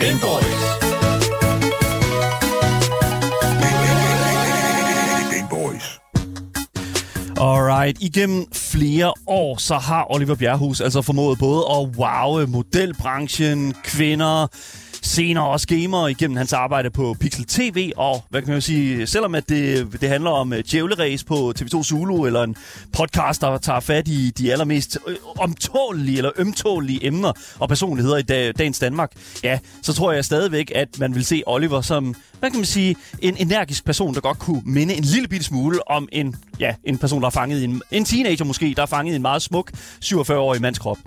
Gameboys. Game Boys. Alright, igennem flere år, så har Oliver Bjerrehus altså formået både at wowe modelbranchen, kvinder, senere også gamere igennem hans arbejde på Pixel TV, og hvad kan man sige, selvom at det, det handler om øh, djævleræs på TV2 Zulu, eller en podcast, der tager fat i de allermest øh, omtålige eller ømtålige emner og personligheder i dag, dagens Danmark, ja, så tror jeg stadigvæk, at man vil se Oliver som, hvad kan man sige, en energisk person, der godt kunne minde en lille bitte smule om en, ja, en person, der er fanget i en, en teenager måske, der er fanget i en meget smuk 47-årig mands krop.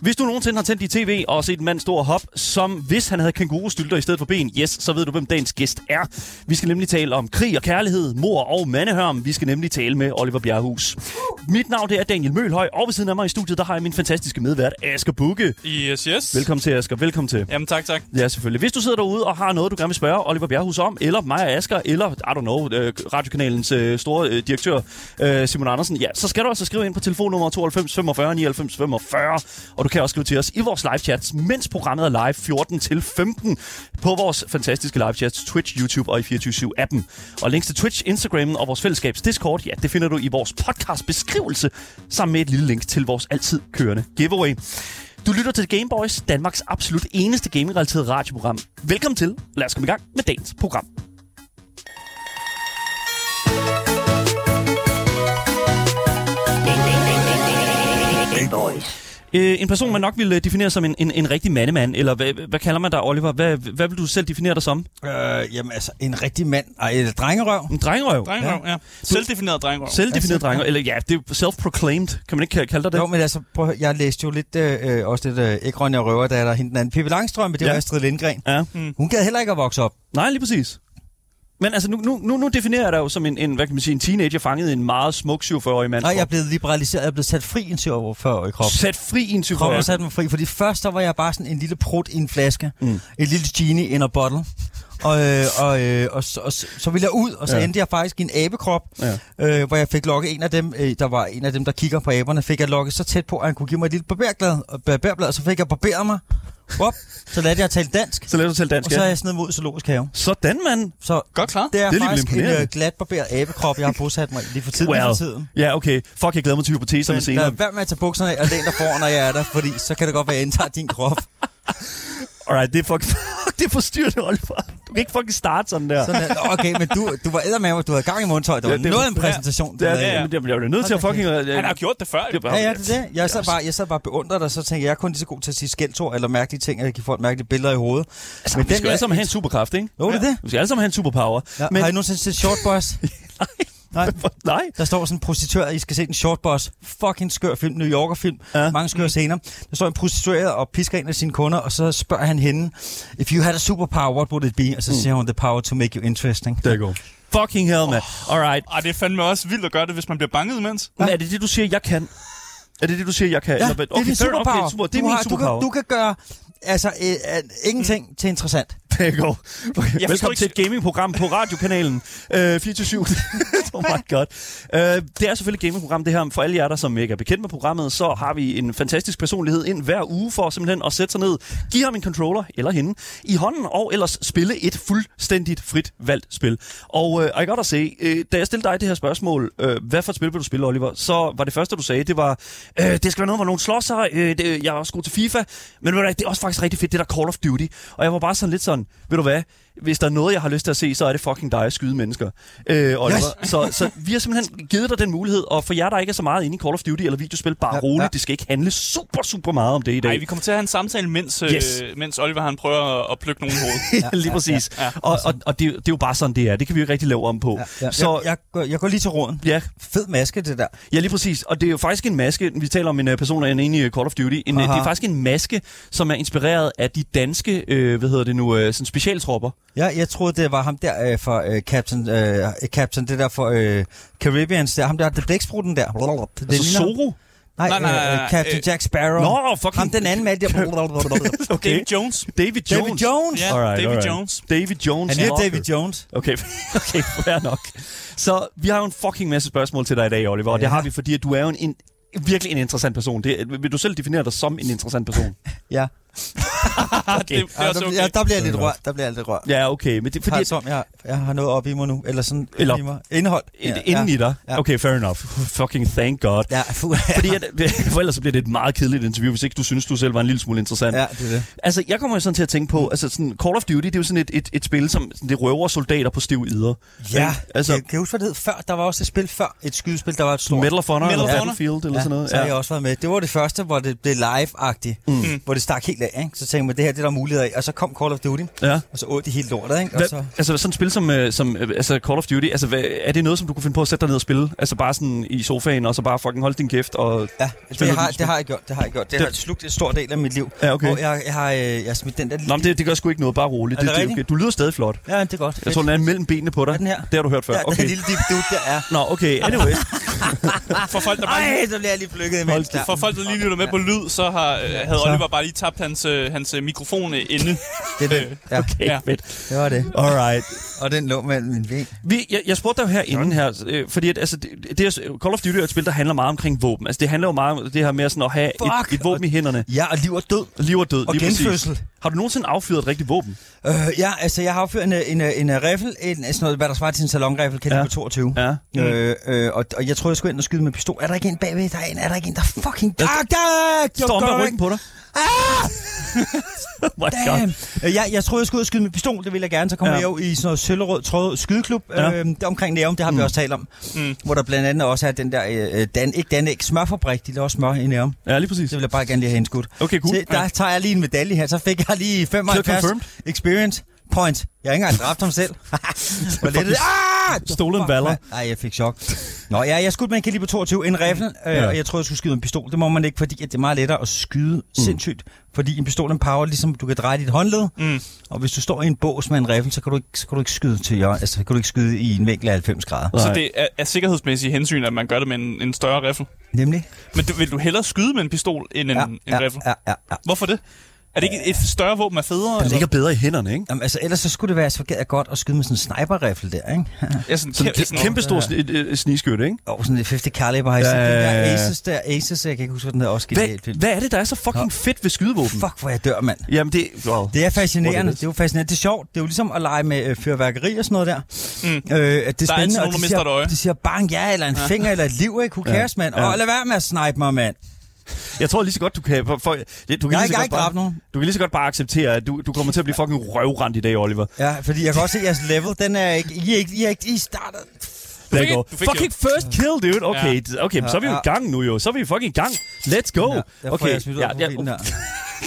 Hvis du nogensinde har tændt i tv og set en mand stor hop, som hvis han havde kængurustylter i stedet for ben, yes, så ved du, hvem dagens gæst er. Vi skal nemlig tale om krig og kærlighed, mor og mandehørm. Vi skal nemlig tale med Oliver Bjerrehus. Mit navn det er Daniel Mølhøj, og ved siden af mig i studiet, der har jeg min fantastiske medvært, Asger Bukke. Yes, yes. Velkommen til, Asger. Velkommen til. Jamen tak, tak. Ja, selvfølgelig. Hvis du sidder derude og har noget, du gerne vil spørge Oliver Bjerrehus om, eller mig og Asger, eller, I don't know, øh, radiokanalens øh, store øh, direktør, øh, Simon Andersen, ja, så skal du altså skrive ind på telefonnummer 92 45 99 45, og du kan også skrive til os i vores live chats, mens programmet er live 14 til 15, på vores fantastiske live chats, Twitch, YouTube og i 24-7-appen. Og links til Twitch, Instagram og vores fællesskabs Discord, ja, det finder du i vores podcast beskrivelse, sammen med et lille link til vores altid kørende giveaway. Du lytter til Game Boys, Danmarks absolut eneste gaming-relateret radioprogram. Velkommen til. Lad os komme i gang med dagens program. Game Boys. Øh, en person, man nok ville definere som en, en, en rigtig mandemand, eller hvad, hvad kalder man dig, Oliver? Hvad, hvad vil du selv definere dig som? Øh, jamen altså, en rigtig mand. Ej, eller drengerøv. En drengerøv. Drengrøv, ja. ja. Selvdefineret drengrøv. Selvdefineret drenge, eller ja, det er self-proclaimed. Kan man ikke kalde dig det? Jo, men altså, prøv, at høre, jeg læste jo lidt, øh, også lidt øh, ikke Ronja Røver, da der hende den anden. Pippi Langstrøm, men det Ja. ja. var Astrid Lindgren. Ja. Hun gad heller ikke at vokse op. Nej, lige præcis. Men altså, nu, nu, nu, nu definerer jeg dig jo som en, en, hvad kan man sige, en teenager fanget i en meget smuk 47-årig mand. Nej, jeg er blevet liberaliseret. Jeg er blevet sat fri i en 47-årig krop. Sat fri i en 47-årig Kroppen satte mig fri, fordi først så var jeg bare sådan en lille prut i en flaske. Mm. Et lille genie in a bottle. Og, øh, og, øh, og, så, og så, så ville jeg ud, og så Ja. ja. endte jeg faktisk i en abekrop, Ja. ja. øh, hvor jeg fik lokket en af dem, øh, der var en af dem, der kigger på aberne, fik jeg lokket så tæt på, at han kunne give mig et lille barberblad, og, barberblad, og så fik jeg barberet mig. Op, så lærte jeg at tale dansk, Så lader du tale og dansk, så er ja. jeg sned mod zoologisk have. Sådan, mand. Så Godt klar. det er, lidt det er faktisk en imponerende. øh, glat barberet abekrop, jeg har bosat mig i lige for tiden. Lige for tiden. Ja, okay. Fuck, jeg glæder mig til hypoteserne Men lad senere. være med at tage bukserne af og læn dig foran, når jeg er der, fordi så kan det godt være, at jeg indtager din krop. Alright, det er fuck, det er forstyrrende, Oliver. Du kan ikke fucking starte sådan der. Sådan, der. okay, men du, du var eddermame, du havde gang i mundtøj. Det var Ja, ja, det det var- noget af en præsentation. du Det er, lavede. ja, ja. ja. Men jeg bliver jo nødt til at fucking... Øh, Han har gjort det før. det Det er bare- Ja, ja, det er det. Jeg sad bare, jeg sad bare beundret, og så tænkte jeg, jeg er kun lige så god til at sige skældsord eller mærkelige ting, eller give folk mærkelige billeder i hovedet. Altså, Vi skal jo alle sammen have en superkraft, ikke? Jo, det er det. Vi skal alle sammen have en superpower. Ja, men... Har I nogensinde set Short Boss? Nej. Nej. Der står sådan en prostitueret, I skal se den Short Boss. Fucking skør film, New Yorker film. Ja. Ja. Mange skøre scener. Der står en prostitueret og pisker en af sine kunder, og så spørger han hende, if you had a superpower, what would it be? Og så Mm. siger hun, the power to make you interesting. Der går. Fucking hell, man. Alright. Ej, det er fandme også vildt at gøre det, hvis man bliver banket imens. Men er det det, du siger, jeg kan? Er det det, du siger, jeg kan? Ja, Eller hvad? det er din fair- superpower. Okay, super. Det er du min har, superpower. Du kan, du kan gøre altså, øh, øh, ingenting mm. til interessant. Der går. Okay. Velkommen forstår til et gamingprogram på radiokanalen. Øh, 24 oh my god. Øh, det er selvfølgelig et gamingprogram, det her. For alle jer, der som ikke er bekendt med programmet, så har vi en fantastisk personlighed ind hver uge for simpelthen at sætte sig ned, give ham en controller eller hende i hånden, og ellers spille et fuldstændigt frit valgt spil. Og øh, og jeg kan godt at se, øh, da jeg stillede dig det her spørgsmål, øh, hvad for et spil vil du spille, Oliver, så var det første, du sagde, det var, øh, det skal være noget, hvor nogen slår sig, øh, det, jeg er også god til FIFA, men ved du hvad, det er også faktisk rigtig fedt, det der Call of Duty. Og jeg var bare sådan lidt sådan, ved du hvad, hvis der er noget, jeg har lyst til at se, så er det fucking dig at skyde mennesker, øh, Oliver. Yes. Yes. Så, så vi har simpelthen givet dig den mulighed, og for jer, der ikke er så meget inde i Call of Duty eller videospil, bare Ja, roligt, ja. det skal ikke handle super, super meget om det i dag. Nej, vi kommer til at have en samtale, mens, Yes. yes. øh, mens Oliver han prøver at, at plukke nogen i hovedet. Ja, lige præcis. Ja, ja, ja. Og, og, og det, det er jo bare sådan, det er. Det kan vi jo ikke rigtig lave om på. Ja, ja. Så Så, jeg, jeg, går, jeg går lige til råden. ja, Fed maske, det der. Ja, lige præcis. Og det er jo faktisk en maske. Vi taler om en uh, person, der er inde i øh, Call of Duty. En, uh, det Aha. er faktisk en maske, som er inspireret af de danske, øh, hvad hedder det nu, øh, sådan specialtropper. Ja, jeg troede, det var ham der øh, for øh, Captain, øh, Captain, det der for øh, Caribbeans der. Ham der, det blæksprutten der. Det Altså ligner- Zoro. Nej, Nej, nej, nej, nej, nej, øh, Captain øh, Jack Sparrow. Nå, fucking... Ham den anden mand der. Okay. David Jones. David Jones. David Jones. Ja, Alright, David alright. Jones. David Jones. Han er Locker. David Jones. Okay, okay, fair nok. Så vi har jo en fucking masse spørgsmål til dig i dag, Oliver, og ja. det Ja. har vi, fordi at du er jo en, en virkelig en interessant person. Det, vil du selv definere dig som en interessant person? Ja. okay. det, det er også der, okay. ja, der bliver jeg lidt rørt. Der bliver jeg lidt rørt. Ja, Ja, okay. Men det, fordi... fordi, Har, som, jeg, jeg har noget op i mig nu. Eller sådan Eller- i mig. indhold. ind- inden ja. i dig. Ja. Okay, fair enough. Fucking thank God. Ja, fu- Fordi at, for ellers så bliver det et meget kedeligt interview, hvis ikke du synes, du selv var en lille smule interessant. ja, det er det. Altså, jeg kommer jo sådan til at tænke på, altså sådan, Call of Duty, det er jo sådan et, et, et spil, som sådan, det røver soldater på stiv yder. Ja, Ikke? altså, Altså, jeg kan jeg huske, hvad det hed før. Der var også et spil før. Et skydespil, der var et stort. Medal of Honor Medal Medal of eller Honor. Battlefield eller sådan noget. så har jeg også været med. Det var det første, hvor det blev live-agtigt. Mm. Hvor det stak helt af, ikke? Så tænkte man, det her det er der muligheder af. Og så kom Call of Duty. Ja. Og så åd de helt lortet, ikke? Og Hvad, så... altså sådan et spil som, øh, som øh, altså Call of Duty, altså, hvad, er det noget, som du kunne finde på at sætte dig ned og spille? Altså bare sådan i sofaen, og så bare fucking holde din kæft og... Ja, altså, Spiller det du har, det det har jeg gjort. Det har jeg gjort. Det, Det- har slugt en stor del af mit liv. Ja, okay. Og jeg, jeg har, øh, jeg har smidt den der... Nå, men det, det gør sgu ikke noget, bare roligt. Er det det, det, rigtigt? okay. Du lyder stadig flot. Ja, det er godt. Jeg tror, den er mellem benene på dig. Er den her? Det har du hørt før. Ja, okay. okay. den lille dip dut, der er. Nå, okay. Anyway. For folk, der bare Ej, så bliver jeg lige plukket imens. For folk, der lige lytter med på lyd, så har, øh, havde Så- Oliver bare lige tabt hans, øh, hans øh, mikrofon øh, inde. Det, er den. ja, Okay, Ja. fedt. det var det. Alright. Og den lå mellem min ben. Vi, jeg, jeg spurgte dig jo herinde her, øh, fordi at, altså, det, det er, Call of Duty er et spil, der handler meget omkring våben. Altså, det handler jo meget om det her med at sådan at have Fuck! et, et våben i hænderne. Ja, og liv og død. Liv og død. Og lige præcis. genfødsel. Har du nogensinde affyret et rigtigt våben? Øh, ja, altså, jeg har affyret en, øh, en, øh, en, øh, riffel, en, øh, sådan noget, hvad der svarer til en salonriffel, kaliber Ja. ja. 22. Ja. Øh, øh, og, og jeg troede, jeg skulle ind og skyde med pistol. Er der ikke en bagved? Der er, en, er der ikke en, der fucking... Ah, der, Står om bag ryggen på dig? Ah! My Damn. Øh, Jeg, jeg troede, jeg skulle ud og skyde med pistol, det ville jeg gerne. Så kom Ja. ja. jeg jo i sådan noget sølvrød tråd skydeklub Ja. ja. øh, det er omkring Nærum, det har mm. vi også talt om. Mm. Hvor der blandt andet også er den der, øh, Dan, ikke Danæg, smørfabrik, de laver smør i Nærum. Ja, lige præcis. Det vil jeg bare gerne lige have indskudt. Okay, cool. Så der tager jeg lige en medalje her, så fik jeg lige 75 confirmed. experience point. Jeg har ikke engang dræbt ham selv. Hvor lidt er det? Ah! Stolen Fuck, valor. mand. Nej, jeg fik chok. Nå, ja, jeg skød med en kaliber 22, en riffel, øh, Ja. og jeg troede, jeg skulle skyde med en pistol. Det må man ikke, fordi at det er meget lettere at skyde mm. sindssygt. Fordi en pistol, den power, ligesom du kan dreje dit håndled. Mm. Og hvis du står i en bås med en riffel, så kan du ikke, så kan du ikke skyde til hjørnet. Altså, så kan du ikke skyde i en vinkel af 90 grader. Nej. Så det er af sikkerhedsmæssige hensyn, at man gør det med en, en større riffel. Nemlig. Men du, vil du hellere skyde med en pistol end en, ja, en ja, riffel? ja, ja, ja. Hvorfor det? Er det ikke et større våben er federe? Det eller? ligger bedre i hænderne, ikke? Jamen, altså, ellers så skulle det være så gad jeg godt at skyde med sådan en sniper-riffel der, ikke? Ja, sådan, Sådan kæmpe, en kæ- kæmpe stor sni, øh, øh, snigskytte, ikke? Og sådan en 50 caliber har jeg Ja, ja, ja, ja, ja, ja. ja. Aces der, Aces, jeg kan ikke huske, hvad den hedder, også genialt Hvad, film. hvad er det, der er så fucking fedt ved skydevåben? Fuck, hvor jeg dør, mand. Jamen, det... Wow. Det er fascinerende. Hvor er det Det er jo fascinerende. Det er sjovt. Det er jo ligesom at lege med øh, fyrværkeri og sådan noget der. Mm. Øh, at det Der er er altid spændende, nogen, og der de mister et øje. siger, de siger bang ja, eller en ja. finger, eller et liv, ikke? Who cares, mand? Ja. Ja. Og lad være med at snipe mig, mand. Jeg tror lige så godt, du kan... For, for, det- du kan Jeg har lige så ikke- jeg har godt ikke bare, dræbt nogen. Du kan lige så godt bare acceptere, at du, du kommer til at blive fucking røvrendt i dag, Oliver. Ja, fordi jeg kan også se, at jeres level, den er ikke... I er ikke, I er ikke, I starter... Der fik- går, du fik fucking first kill, dude. Okay, Ja. d- okay men så er vi jo Ja. i gang nu jo. Så er vi fucking i gang. Let's go. Ja, der får okay. jeg smidt ud af profilen der.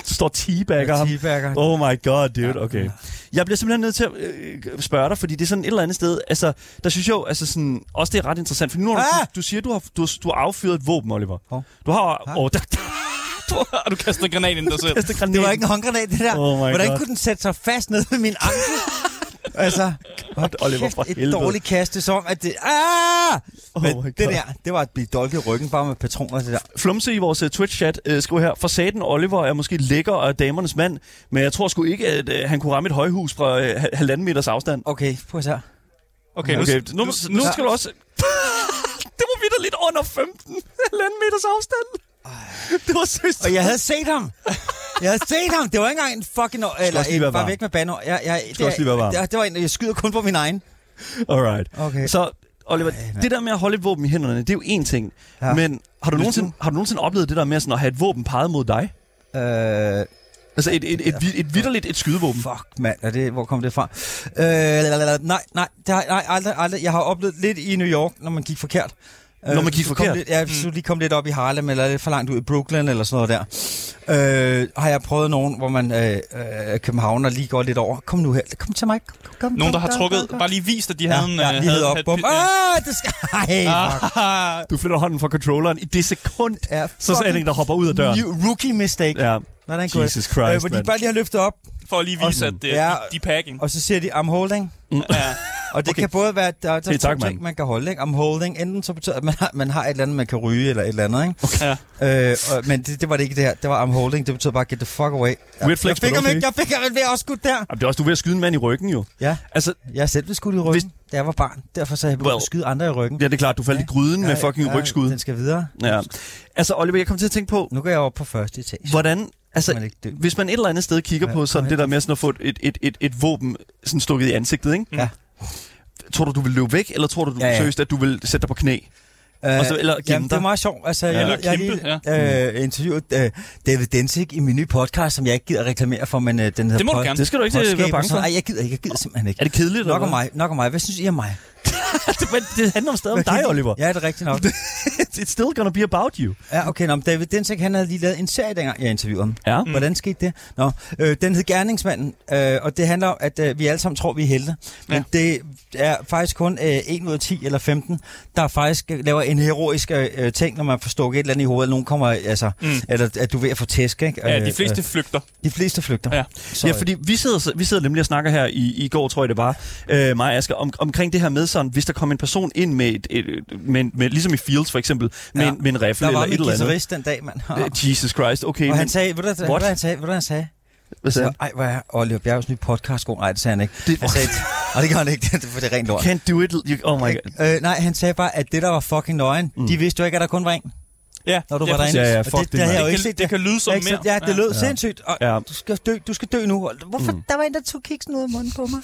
du står teabagger Jeg ham. teabagger. Oh my god, dude. Okay. Jeg bliver simpelthen nødt til at øh, spørge dig, fordi det er sådan et eller andet sted. Altså, der synes jeg jo, altså sådan, også det er ret interessant. For nu har du, Ah! du siger, du har, du, har- du har affyret et våben, Oliver. Hov. Du har... Åh, oh, der, der, Og du kaster en granat ind i dig selv. der, Det var ikke en håndgranat, det der. Oh my Hvordan God. kunne den sætte sig fast ned ved min ankel? altså, hold Oliver, for kæft, et helvede. dårligt kaste, som at det... Ah! Oh Men my det God. der, det var at blive dolket i ryggen bare med patroner, det der. Flumse i vores uh, Twitch-chat uh, skriver her, for saten Oliver er måske lækker og damernes mand, men jeg tror sgu ikke, at uh, han kunne ramme et højhus fra uh, halvanden meters afstand. Okay, prøv at se her. Okay, nu, Mm. Okay, nu, nu, nu, nu skal du også... det var vidt lidt under 15 halvanden meters afstand. Det var søst. Og jeg havde set ham. Jeg havde set ham. Det var ikke engang en fucking... År, eller, også lige være bare varm. væk med banner. Jeg, jeg, det, også lige være varm. Det, det, var en, jeg skyder kun på min egen. Alright. Okay. Så Oliver, det der med at holde et våben i hænderne, det er jo én ting. Ja. Ja. Men har du, Hvis nogensinde, har du nogensinde oplevet det der med sådan at have et våben peget mod dig? Øh, Altså et, et, et, et, et vidderligt et skydevåben. fuck, mand. Er det, hvor kom det fra? Øh, lalalala, nej, nej, det har, nej, aldrig, aldrig. Jeg har oplevet lidt i New York, når man gik forkert. Øh, Når man gik hvis du kom forkert? Mm. Lidt, ja, hvis du lige kom lidt op i Harlem, eller lidt for langt ud i Brooklyn, eller sådan noget der. Øh, har jeg prøvet nogen, hvor man øh, øh, københavner lige går lidt over. Kom nu her, kom til mig. Kom, kom, kom, nogen, der kom, har kom, trukket, kom, kom. bare lige vist, at de Ja, havde en... ja, øh, lige hedder op. havde- Bum. havde- Ah, det skal... Ej, fuck. Ah, Du flytter hånden fra controlleren i det sekund, Ja, så er det en, der hopper ud af døren. New rookie mistake. Ja. Ja. Hvordan Øh, Jesus Christ, hvor de mand. bare lige har løftet op, øh, for at lige vise, at det, Ja. de, de er packing. og så siger de, I'm holding. Ja. Og det Mm. Okay. okay. kan både være, der, der Hey, er tak, tak, to ting, mand. man kan holde. Ikke? I'm holding. Enten så betyder det, at man har, man har et eller andet, man kan ryge, eller et eller andet. Ikke? Ja. Øh, og, men det, det, var det ikke det her. Det var I'm holding. Det betyder bare, get the fuck away. Ja. Weird flex, jeg fik men ham okay. ikke. Jeg fik ham ikke. Jeg er også skudt der. Jamen, det er også, du er ved at skyde en mand i ryggen jo. Ja, Altså, jeg er selv blev skudt i ryggen, Hvis... da jeg var barn. Derfor så jeg begyndt Well. at skyde andre i ryggen. ja, det er klart, du faldt i gryden med fucking rygskud. Den skal videre. Ja. Altså, Oliver, jeg kom til at tænke på, Nu går jeg op på første etage. hvordan Altså, man ikke dø. hvis man et eller andet sted kigger Ja, ja, på sådan nej. det der med sådan at få et, et, et, et, et våben sådan stukket i ansigtet, ikke? Ja. Tror du, du vil løbe væk, eller tror du, du Ja, ja, ja. ja. seriøst, at du vil sætte dig på knæ? Øh, Og så- eller gemme jamen, det er dig. meget sjovt. Altså, ja, jeg, Eller ved- jeg, kæmpe, jeg, lige, øh, interviewet øh, David Densig i min nye podcast, som jeg ikke gider reklamere for, men øh, den hedder Det må du Pod- gerne. Det skal du ikke Podskab være og bange for. sådan- Ej, jeg gider ikke. Jeg gider simpelthen ikke. Er det kedeligt? eller Nok om hvad? mig. Nok om mig. Hvad synes I om mig? Men det handler om stadig om dig, Oliver. Ja, det er rigtigt nok. It's still gonna be about you. Ja, okay. Nå, men David Densig, han havde lige lavet en serie, dengang jeg interviewede ham. Ja. Mm. Hvordan skete det? Nå, øh, den hed Gerningsmanden, øh, og det handler om, at øh, vi alle sammen tror, vi er helte. Men ja. det er faktisk kun øh, 1 ud af 10 eller 15, der faktisk øh, laver en heroisk øh, ting, når man får stukket et eller andet i hovedet, eller nogen kommer, altså, mm. eller at du er ved at få tæsk, ikke? Ja, Øh, de fleste Øh, flygter. de fleste flygter. Ja. Så, ja, fordi vi sidder, så- vi sidder nemlig og snakker her i, i går, tror jeg det var, øh, mig og Asger, om, omkring det her med sådan, hvis der kom en person ind med, et, et, et med, med, ligesom i Fields for eksempel, med, Ja. ja. en, med en rifle der eller var et min eller andet. guitarist den dag, mand. Øh, Jesus Christ, okay. Og men- han sagde, ved du, hvad- ved du, What? hvad han sagde? Ved du, hvad han sagde? Hvad sagde Så, han? Altså, ej, hvor er Oliver Bjergs nye podcast god? Nej, det sagde han ikke. Det- Det, han sagde, og det gør han ikke, det er- for det er rent lort. Can't do it. You, oh my god. Øh, nej, han sagde bare, at det, der var fucking nøgen, mm. de vidste jo ikke, at der kun var en, Ja, når du ja, var derinde. Ja, ja, Og fuck det, det, det, havde mand. jeg jo Det ikke kan- set, det kan lyde som Jeg har ikke set- mere. Ja, det lød sindssygt. Og Ja. ja. du, skal dø, du skal dø nu. Hvorfor? Mm. Der var en, der tog kiksen ud af munden på mig.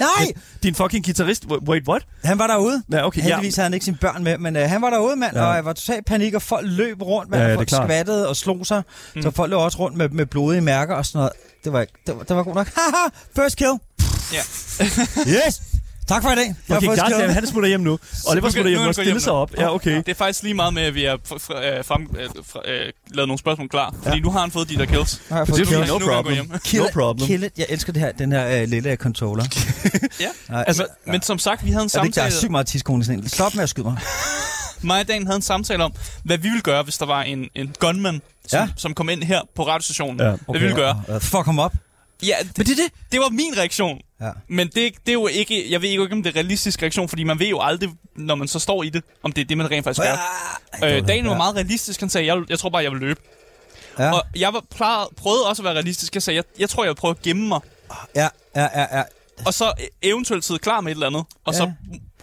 nej! Din fucking guitarist. Wa- Wait, what? Han var derude. Ja, okay, ja. Heldigvis havde han ikke sine børn med, men øh, han var derude, mand, Ja. ja. og jeg var totalt panik, og folk løb rundt, mand, Ja, ja, det er og folk klart. skvattede og slog sig, mm. så folk løb også rundt med, med blodige mærker og sådan noget. Det var, ikke- det var, det var god nok. Haha, first kill. Ja. yes! Tak for i dag. Jeg har Okay, fået god, skrevet- damn, han smutter hjem nu. Oliver nu kan- smutter hjem nu nu og kan du gå stiller hjem sig nu. op. Ja, okay. Det er faktisk lige meget med, at vi har fr- fr- øh, frem, øh, fr- øh, lavet nogle spørgsmål klar. Fordi nu har han fået de der kills. Nu har jeg Det fået er kill. fordi, no Nu kan jeg gå problem. hjem. Kill No it, problem. Kill it. Jeg elsker det her, den her øh, lille controller. Ja. Nej, Altså, men, men som sagt, vi havde en er det ikke, der er samtale... sygt meget tidskone i sådan en? Stop med at skyde mig. Mig og Dan havde en samtale om, hvad vi ville gøre, hvis der var en, en gunman, som, Ja. ja. som kom ind her på radiostationen. Ja, Ja, okay. Hvad vi ville gøre. Uh, fuck ham op. Ja, det, men det, det. det var min reaktion. Ja. Men det, er ikke- det er jo ikke... Jeg ved ikke, om det er en realistisk reaktion, fordi man ved jo aldrig, når man så står i det, om det er det, man rent faktisk gør. Øh, Daniel var meget realistisk. Han sagde, jeg, jeg tror bare, jeg vil løbe. Ja, Og jeg var, plejede, prøvede også at være realistisk. Jeg sagde, jeg, jeg tror, jeg vil prøve at gemme mig. ja, ja, ja, ja. Og så øh, eventuelt sidde klar med et eller andet. Og Ja. så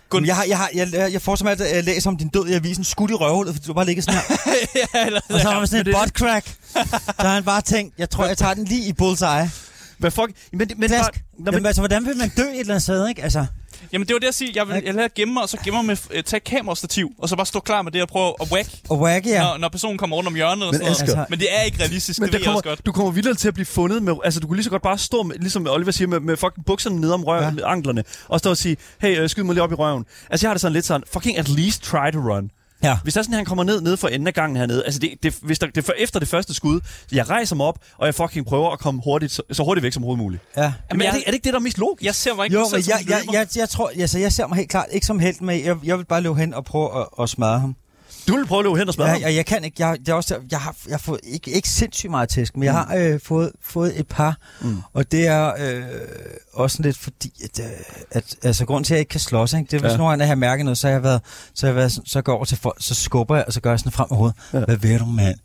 gå Men jeg, har, jeg, har, jeg, jeg får som altid, at jeg læser om din død i avisen, skudt i røvhullet, fordi du bare ligger sådan her. ja, eller, Og så har man sådan men et det- butt crack. Så har han bare tænkt, jeg tror, jeg tager den lige i bullseye. Hvad fuck? Men, men, men, Klask. Nå, Jamen, men, altså, hvordan vil man dø et eller andet sted, ikke? Altså, Jamen det var det, jeg siger. Jeg vil jeg vil hellere gemme mig, og så gemme mig med øh, tage et kamerastativ, og så bare stå klar med det og prøve at whack, og whack, ja. når, når personen kommer rundt om hjørnet og Men sådan noget. Asger- Men det er ikke realistisk, men det ved der jeg også kommer, godt. du kommer vildt til at blive fundet med... Altså, du kunne lige så godt bare stå, med, ligesom Oliver siger, med, med fucking bukserne ned om røven, ja. anklerne, og stå og sige, hey, øh, skyd mig lige op i røven. Altså, jeg har det sådan lidt sådan, fucking at least try to run. Ja. Hvis der er sådan, at han kommer ned ned for enden af gangen hernede, altså det, det, hvis der, det er for efter det første skud, jeg rejser mig op, og jeg fucking prøver at komme hurtigt, så, så hurtigt væk som overhovedet muligt. ja. Jamen, er, jeg- det, er det ikke det, der er mest logisk? Jeg ser mig ikke Jo, selv men som jeg, en jeg, løber. jeg, jeg, tror, altså, jeg ser mig helt klart ikke som helt med. Jeg, jeg vil bare løbe hen og prøve at, at smadre ham. Du vil prøve at løbe hen og smadre Ja, ham? jeg, jeg kan ikke. Jeg, det er også, der- jeg har, jeg har fået ikke, ikke sindssygt meget tæsk, men jeg har øh, fået, fået et par. Mm. Og det er øh, også sådan lidt fordi, at, øh, at altså, grunden til, at jeg ikke kan slås, ikke, det er, hvis Ja. ja. nogle gange jeg har mærket noget, så har jeg været, så har jeg været sådan, så går jeg over til folk, så skubber jeg, og så gør jeg sådan frem med hovedet. Ja. Hvad ved du, mand?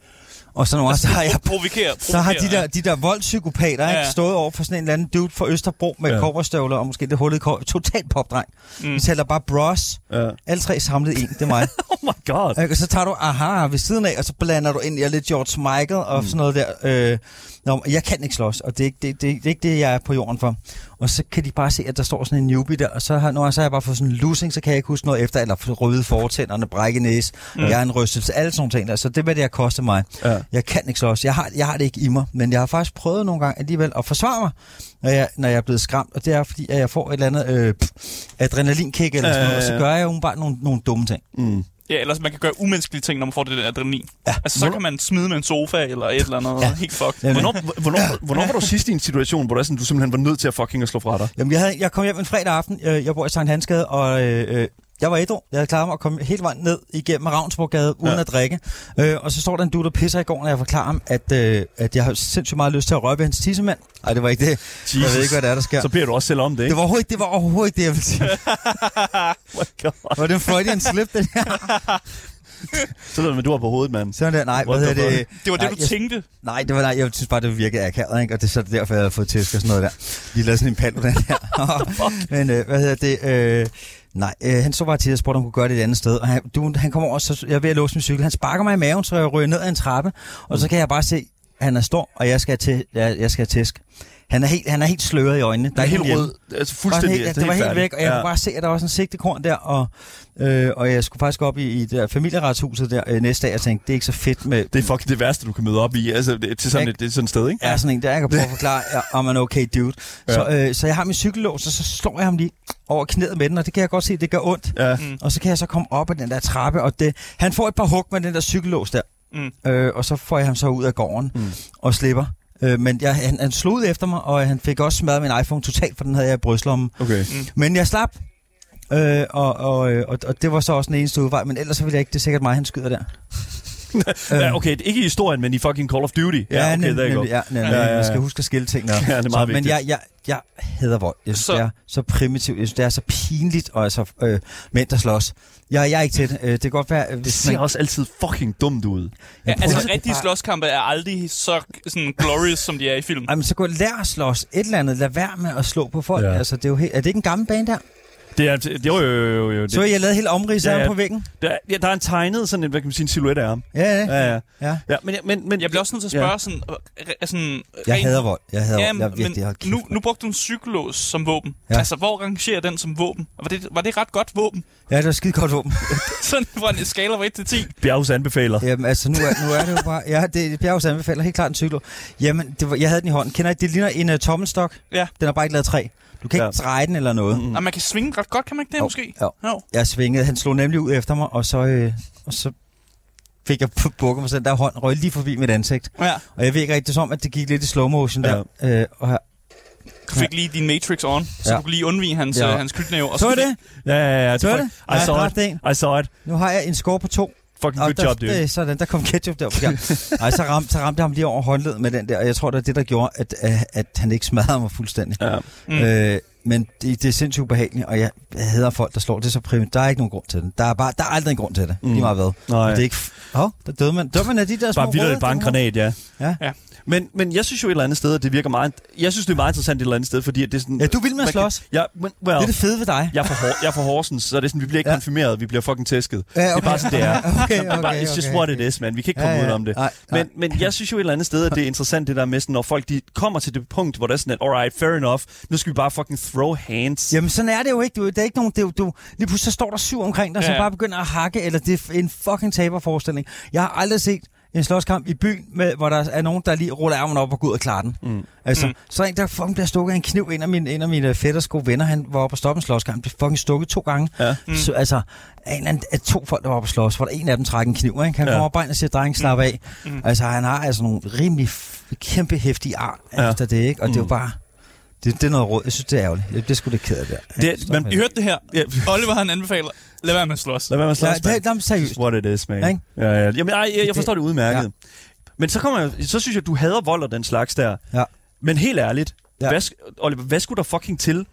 Og så nogle gange, så har jeg Provokerer, så har de provokerer, der, de der voldspsykopater ja. Ja. ikke, stået over for sådan en eller anden dude fra Østerbro med Ja. ja. kobberstøvler og måske det hullede kår. Totalt popdreng. Mm. Vi taler bare bros. Ja. Alle tre samlet i en. Det er mig. Oh my god. Øh, Og så tager du aha ved siden af, og så blander du ind i lidt George Michael og Mm. sådan noget der. Øh, nå, men jeg kan ikke slås, og det er ikke det, det, det er ikke det, jeg er på jorden for. Og så kan de bare se, at der står sådan en newbie der, og så har, når, så har jeg bare fået sådan en losing, så kan jeg ikke huske noget efter, eller røde fortænderne, brække næse, ja. jeg er en rystelse, alle sådan nogle ting der. Så det var det, jeg kostede mig. Mm. Ja. Jeg kan ikke slås, jeg har, jeg har det ikke i mig, men jeg har faktisk prøvet nogle gange alligevel at forsvare mig, når jeg, når jeg er blevet skræmt, og det er fordi, at jeg får et eller andet øh, pff, adrenalinkick eller sådan noget, og så Ja. gør jeg jo bare nogle, nogle dumme ting. Ja, ellers man kan gøre umenneskelige ting, når man får det der adrenalin. Ja. Altså, så kan man smide med en sofa eller et eller andet. Ja. Helt fucked. Jamen, Hvornår, hvornår, hvornår, hvornår var du sidst i en situation, hvor du, er sådan, du simpelthen var nødt til at fucking at slå fra dig? Jamen, jeg, havde, jeg kom hjem en fredag aften. Øh, jeg bor i Sankt Hansgade, og øh, øh, jeg var ædru. Jeg havde klaret mig at komme hele vejen ned igennem Ravnsborggade uden Ja. ja. at drikke. Øh, og så står der en dude, der pisser i går, når jeg forklarer ham, at, øh, at jeg har sindssygt meget lyst til at røbe hans tissemand. Nej, det var ikke det. Jesus. Jeg ved ikke, hvad der er, der sker. Så beder du også selv om det, ikke? Det var, overhovedet, det var overhovedet ikke det, jeg ville sige. Oh my god. Var det en Freudian slip, den her? Så ved man, du var på hovedet, mand. Sådan der, nej, hvad What the hedder det? fuck? Det var det, nej, du jeg- tænkte. Nej, det var nej, jeg synes bare, det virkede akavet, ikke? Og det er så derfor, jeg har fået tæsk og sådan noget der. Lige lavet sådan en pand den her. Men øh, hvad hedder det? Øh, nej, øh, han så bare til og spurgte, om han kunne gøre det et andet sted. Og han, Mm. du, han kommer også, så jeg er ved at låse min cykel. Han sparker mig i maven, så jeg ryger ned ad en trappe. Og så kan jeg bare se, han er stor, og jeg skal til, jeg, jeg skal have tæsk. Han er helt, han er helt sløret i øjnene. Der er helt hjemme. rød. Altså Var den fuldstændig. Helt, altså, det var helt færdig. væk, og jeg ja. kunne bare se, at der var sådan en sigtekorn der, og, øh, og jeg skulle faktisk op i, i det der familieretshuset der øh, næste dag, og tænkte, det er ikke så fedt med, Det er fucking det værste, du kan møde op i, altså det, til sådan Ikke? et, det er sådan et sted, ikke? er sådan en der, jeg kan prøve at forklare, om man er okay dude. Ja. Så, øh, så jeg har min cykellås, og så slår jeg ham lige over knæet med den, og det kan jeg godt se, det gør ondt. Ja. Mm. Og så kan jeg så komme op ad den der trappe, og det, han får et par hug med den der cykellås der. Mm. Øh, og så får jeg ham så ud af gården mm. og slipper. Øh, men jeg, han, han slog ud efter mig, og han fik også smadret min iPhone totalt, for den havde jeg i brystlommen. Okay. Men jeg slap, øh, og, og, øh, og, og det var så også den eneste udvej, men ellers så ville jeg ikke, det er sikkert mig, han skyder der. Ja, okay, det- ikke i historien, men i fucking Call of Duty. Ja, okay, det er godt. Mm. ja, nemlig, Ja, ja, ja, ja. ja. Man skal huske at skille tingene. Ja, det er meget så, Men vigtigt. jeg, jeg, jeg hader vold. Jeg synes, Så- så. det er så primitivt. Jeg synes, det er så pinligt, og altså, øh, mænd, der slås. Jeg, jeg er ikke til det. Øh, det kan godt være, øh, Det hvis ser man... også altid fucking dumt ud. Ja, prøv altså, at- rigtige slåskampe er aldrig så sådan glorious, som de er i film. Ej, men så gå lær at slås et eller andet. Lad være med at slå på folk. Ja. Ja. Altså, det er, jo helt, er det ikke en gammel bane der? Det er, det, jo, jo, jo, jo, det, Så har jeg lavet hele omrids Ja, ja, ja. ja. på væggen. der, er- ja, der er en tegnet sådan en, hvad kan man sige, en silhuet af ham. Ja, ja. Ja, ja. ja. ja men, men, men, Jeg bliver også nødt til at Ja. spørge ja. sådan... øh, øh, sådan Jeg rent- hader vold. Jeg hader Ja, vold. Jeg er men virkelig holdt kæft. nu, nu brugte du en cykellås som våben. Ja. Ja. Altså, hvor rangerer den som våben? Var det, var det ret godt våben? Ja, det var skide godt våben. Sådan fra en skala fra 1 til 10. Bjergs anbefaler. Jamen, altså, nu er, nu er det jo bare... Ja, det, Bjergs anbefaler helt klart en cykel. Jamen, det var, jeg havde den i hånden. Kender I, det ligner en uh, tommelstok. Ja. Den er bare ikke lavet træ. Du kan ikke Ja. dreje den eller noget. Mm. Mm. Og man kan svinge ret godt, kan man ikke det, Jo, måske? jo. jo. Jeg svingede. Han slog nemlig ud efter mig, og så, øh, og så fik jeg bu- bukket mig selv. Der hånd røg lige forbi mit ansigt. Ja, Og jeg ved ikke rigtig, det er som, at det gik lidt i slow motion der. Ja. Øh, og her. du fik lige din Matrix on, så Ja. du kunne lige undvige hans, Ja. øh, hans knytnæve. Og Så er fik- det. Ja, ja, ja. Det Så er var- det. I Jeg har saw dræbt it. en. I saw it. Nu har jeg en score på to. Fucking Og good der, job, dude. det, sådan, der kom ketchup der. Ja. Ej, så ramte, så ramte jeg ham lige over håndledet med den der, og jeg tror, det er det, der gjorde, at, at, at han ikke smadrede mig fuldstændig. Ja. Mm. Øh, men det, det er sindssygt ubehageligt, og jeg hader folk, der slår det er så primært. Der er ikke nogen grund til det. Der er, bare, der er aldrig en grund til det. Mm. Lige meget hvad. Nej. Og Det er ikke... Åh, oh, der døde man. Døde man af de der små Bare vildt råder, bare en der- granat, ja. Ja. Ja. Men, men jeg synes jo et eller andet sted, at det virker meget... Jeg synes, det er meget interessant et eller andet sted, fordi at det er sådan... Ja, du vil med at man kan- slås. Ja, men, Det er well, det fede ved dig. jeg er, fra, Hor- jeg er fra Horsens, så det er sådan, vi bliver ikke ja. Ja. konfirmeret, vi bliver fucking tæsket. Ja, Det er okay. bare sådan, det er. Okay, okay, Det er bare, it's just okay, what it okay. is, man. Vi kan ikke komme Ja, ja, ja. ud om det. Nej, nej. men, men jeg synes jo et eller andet sted, at det er interessant det der med, sådan, når folk de kommer til det punkt, hvor det er sådan, at alright, fair enough, nu skal vi bare fucking throw hands. Jamen, sådan er det jo ikke. Du, der er ikke nogen, det er, jo- du, lige pludselig så står der syv omkring dig, ja. Ja. som bare begynder at hakke, eller det er en fucking taberforestilling. Jeg har aldrig set en slåskamp i byen, med, hvor der er nogen, der lige ruller armen op og går ud og klarer den. Mm. Altså, mm. så er der en, der fucking bliver stukket af en kniv. En af mine, en af mine fætters gode venner, han var oppe og stoppe en slåskamp, blev fucking stukket to gange. Ja. Mm. Så, altså, af en eller anden, af to folk, der var oppe og slås, hvor der en af dem trak en kniv, ikke? Han kommer Ja. op og ind og siger, dreng, slap af. Mm. Altså, han har altså nogle rimelig f- kæmpe hæftige ar Ja. ja. efter det, ikke? Og mm. det er jo bare... Det, det er noget råd. Jeg synes, det er ærgerligt. Jeg bliver sgu lidt ked af det. der. Det, man, I hørte det her. Ja. Oliver, han anbefaler, lad være med at slås. Lad være med at Ja, slås, det, det, man. det er seriøst. What it is, man. Ikke? Ja, ja. Jamen, ej, jeg, jeg Det- forstår det udmærket. Men så, kommer jeg, så synes jeg, at du hader vold og den slags der. Ja. Men helt ærligt, ja. Ja. hvad, sk- Oliver, hvad skulle der fucking til,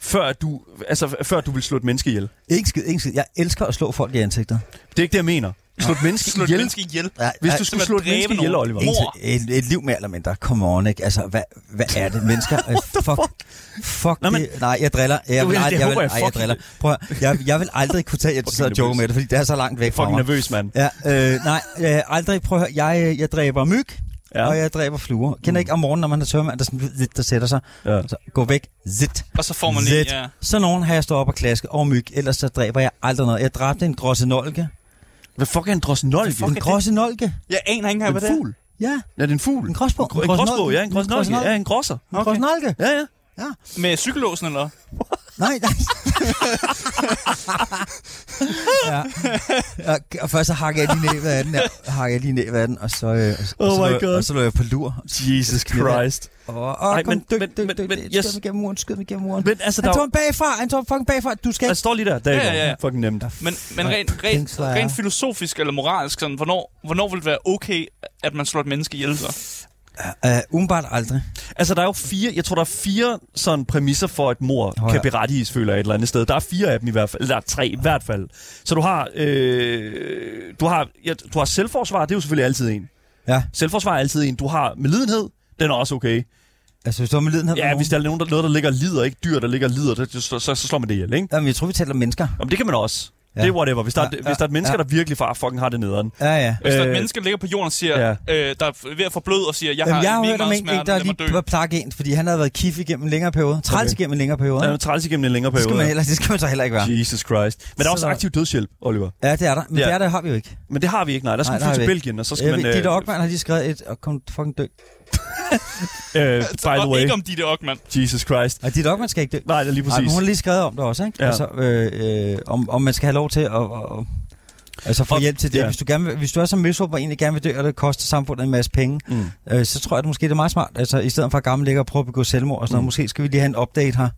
før at du, altså, f- før at du vil slå et menneske ihjel? Ikke skid, ikke skid. Jeg elsker at slå folk i ansigtet. Det er ikke det, jeg mener. Slå et menneske Slå et ihjel. menneske ihjel. Ja, Hvis ja, du skulle simpelthen slå et dræbe menneske ihjel, nogen. Oliver. Ikke- Mor. Et, et liv mere eller mindre. Come on, ikke? Altså, hvad, hvad er det? Mennesker, øh, fuck, fuck Nå, Nå, men- men, det. Nej, jeg driller. Jeg Du vil, vil- ej, det jeg, håber vil, jeg ej, jeg fucking- driller. Prøv at, høre, jeg, jeg vil aldrig kunne tage, at jeg sidder og joker nervøs. med det, fordi det er så langt væk fra Fucking mig. nervøs, mand. Ja, øh, nej, øh, aldrig. Prøv at høre, jeg, øh, jeg dræber myg, Ja. ja. og jeg dræber fluer. Kender mm. ikke om morgenen, når man har tørmand, der, sådan, zit, der sætter sig? Ja. Så gå væk, zit. Og så får man lige... Zit. Ja. Så nogen har jeg stået op og klasket over myg, ellers så dræber jeg aldrig noget. Jeg dræbte en grossenolke. Hvad fuck er en drossenolke? En grossenolke? Jeg aner ikke engang, En hvad det er. fugl. Ja, Ja, det er en fugl. en gråsbog. En gråsbog, ja, en grossenolke. Ja, en grosser. En grossenolke? Ja, ja. Ja. Med cykellåsen, eller? Nej, nej. ja. Og, og først så hakker jeg lige nævet af den, ja. Hakker jeg lige nævet af den, og så, øh, og, så- Oh og, så, my lå jeg- God. og så lå jeg på lur. Jesus Christ. Og, og Ej, kom, men- men, dyk, men- dyk, dyk, men- dyk, men- dyk, yes. skød mig gennem muren, skød mig gennem muren. Men altså, der Altså- han er tog jo- ham bagfra, han tog ham fucking bagfra. Du skal Jeg ikke... står lige der. Der Ja, ja, er ja. jo fucking nemt. Men, men rent, rent, pinkslayer. rent filosofisk eller moralsk, sådan, hvornår, hvornår vil det være okay, at man slår et menneske ihjel? Så? Uh, umiddelbart aldrig. Altså, der er jo fire, jeg tror, der er fire sådan præmisser for, at mor Åh, kan ja. berettiges, føler jeg, et eller andet sted. Der er fire af dem i hvert fald, eller der er tre i hvert fald. Så du har, øh, du har, ja, du har selvforsvar, det er jo selvfølgelig altid en. Ja, Selvforsvar er altid en. Du har medlidenhed, den er også okay. altså hvis du har med liden her... Ja, hvis der er nogen, der, noget, der ligger og lider, ikke dyr, der ligger og lider, så, så, så, så slår man det ihjel, ikke? Jamen, jeg tror, vi taler om mennesker. Jamen, det kan man også. Ja. Det er whatever. Hvis der, ja, Ja, hvis der er et ja, mennesker, ja. der virkelig far fucking har det nederen. Ja, ja. Hvis der er Øh, et menneske, der ligger på jorden og siger, øh, der er ved at forbløde og siger, jeg har Jamen, jeg har mega hørt om meget en, en, smerte, der lad mig dø. lige var plakket ind, fordi han havde været kiff igennem en længere periode. Træls Okay. igennem en længere periode. Ja. Ja, Man træls igennem en længere det, skal periode. man heller, det skal man så heller ikke være. Jesus Christ. Men der er Så også der- aktiv dødshjælp, Oliver. Ja, det er der. Men Ja. ja. det er der, har vi jo ikke. Men det har vi ikke, nej. Der skal Nej, man der har flytte til vi Belgien, og så skal Jeg man... ved, Ditte Ockmann har lige skrevet et, og kom fucking dø. øh, by the og way, ikke om Ditte Ockmann. Jesus Christ. Og Ditte Ockmann skal ikke dø. Nej, det er lige Nej, men præcis. hun har lige skrevet om det også, ikke? Ja. Ja. Altså, øh, øh, om, om man skal have lov til at... at, at altså få Og- hjælp til det. ja. Ja. Hvis, du gerne vil, hvis du er så miserable og egentlig gerne vil dø, og det koster samfundet en masse penge, Mm. øh, så tror jeg, at det måske det er meget smart. Altså i stedet for at gamle ligge og prøve at begå selvmord og sådan Mm. noget, måske skal vi lige have en update her.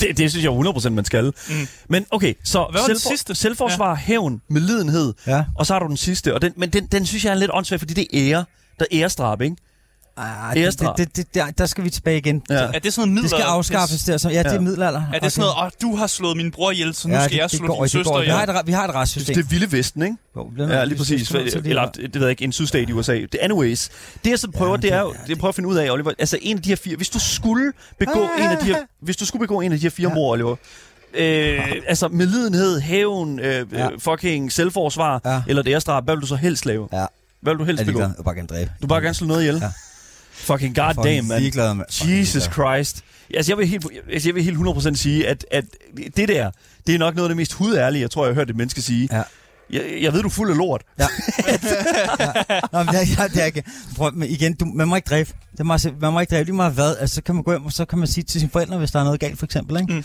Det, det synes jeg 100% man skal. Mm. Men okay, så Hvad var den selvfor- sidste? selvforsvar, ja. hævn, medlidenhed, Ja. og så har du den sidste. Og den, men den, den synes jeg er lidt åndssvag, fordi det er ære. Der er ærestrab, ikke? Ah, det, Æresdrab. det, det, det, der, der skal vi tilbage igen. Ja. Er det sådan noget Det skal middelalder- afskaffes der. Som, ja, det Ja. er middelalder. Er det sådan noget, åh, du har slået min bror ihjel, så nu skal jeg slå din søster Vi har ihjel? et, re- vi har et retssystem. Det er vilde vesten, ikke? Jo, det er Ja, noget, lige hvis- præcis. hvis man- Eller, det ved jeg ikke, en sydstat i USA. Det anyways. Det jeg så prøver, ja, det, er jo, det jeg prøver at finde ud af, Oliver. Altså en af de her fire, hvis du skulle begå Ah. en af de her, hvis du skulle begå en af de her fire mord, Oliver. Øh, altså medlidenhed, hævn, øh, Ja. øh, fucking selvforsvar Ja. eller det ærestrab. Hvad vil du så helst lave? Ja, Hvad vil du jeg er helst begå? ligeglad. Jeg vil bare gerne dræbe. Du vil bare gerne slå noget ihjel? Ja. Fucking Ah, goddamn, mand. Ligeglad, mand. Jesus Christ. Altså, jeg vil helt, altså, jeg vil helt 100% sige, at, at det der, det er nok noget af det mest hudærlige, jeg tror, jeg har hørt et menneske sige. Ja. Jeg, jeg ved, du er fuld af lort. Ja. ja. Nå, men det, er- ja, det er ikke. Prøv, men igen, du, man må ikke dræbe. Det må, man må ikke dræbe lige meget hvad. Altså, så kan man gå hjem, og så kan man sige til sine forældre, hvis der er noget galt, for eksempel. Ikke? Mm.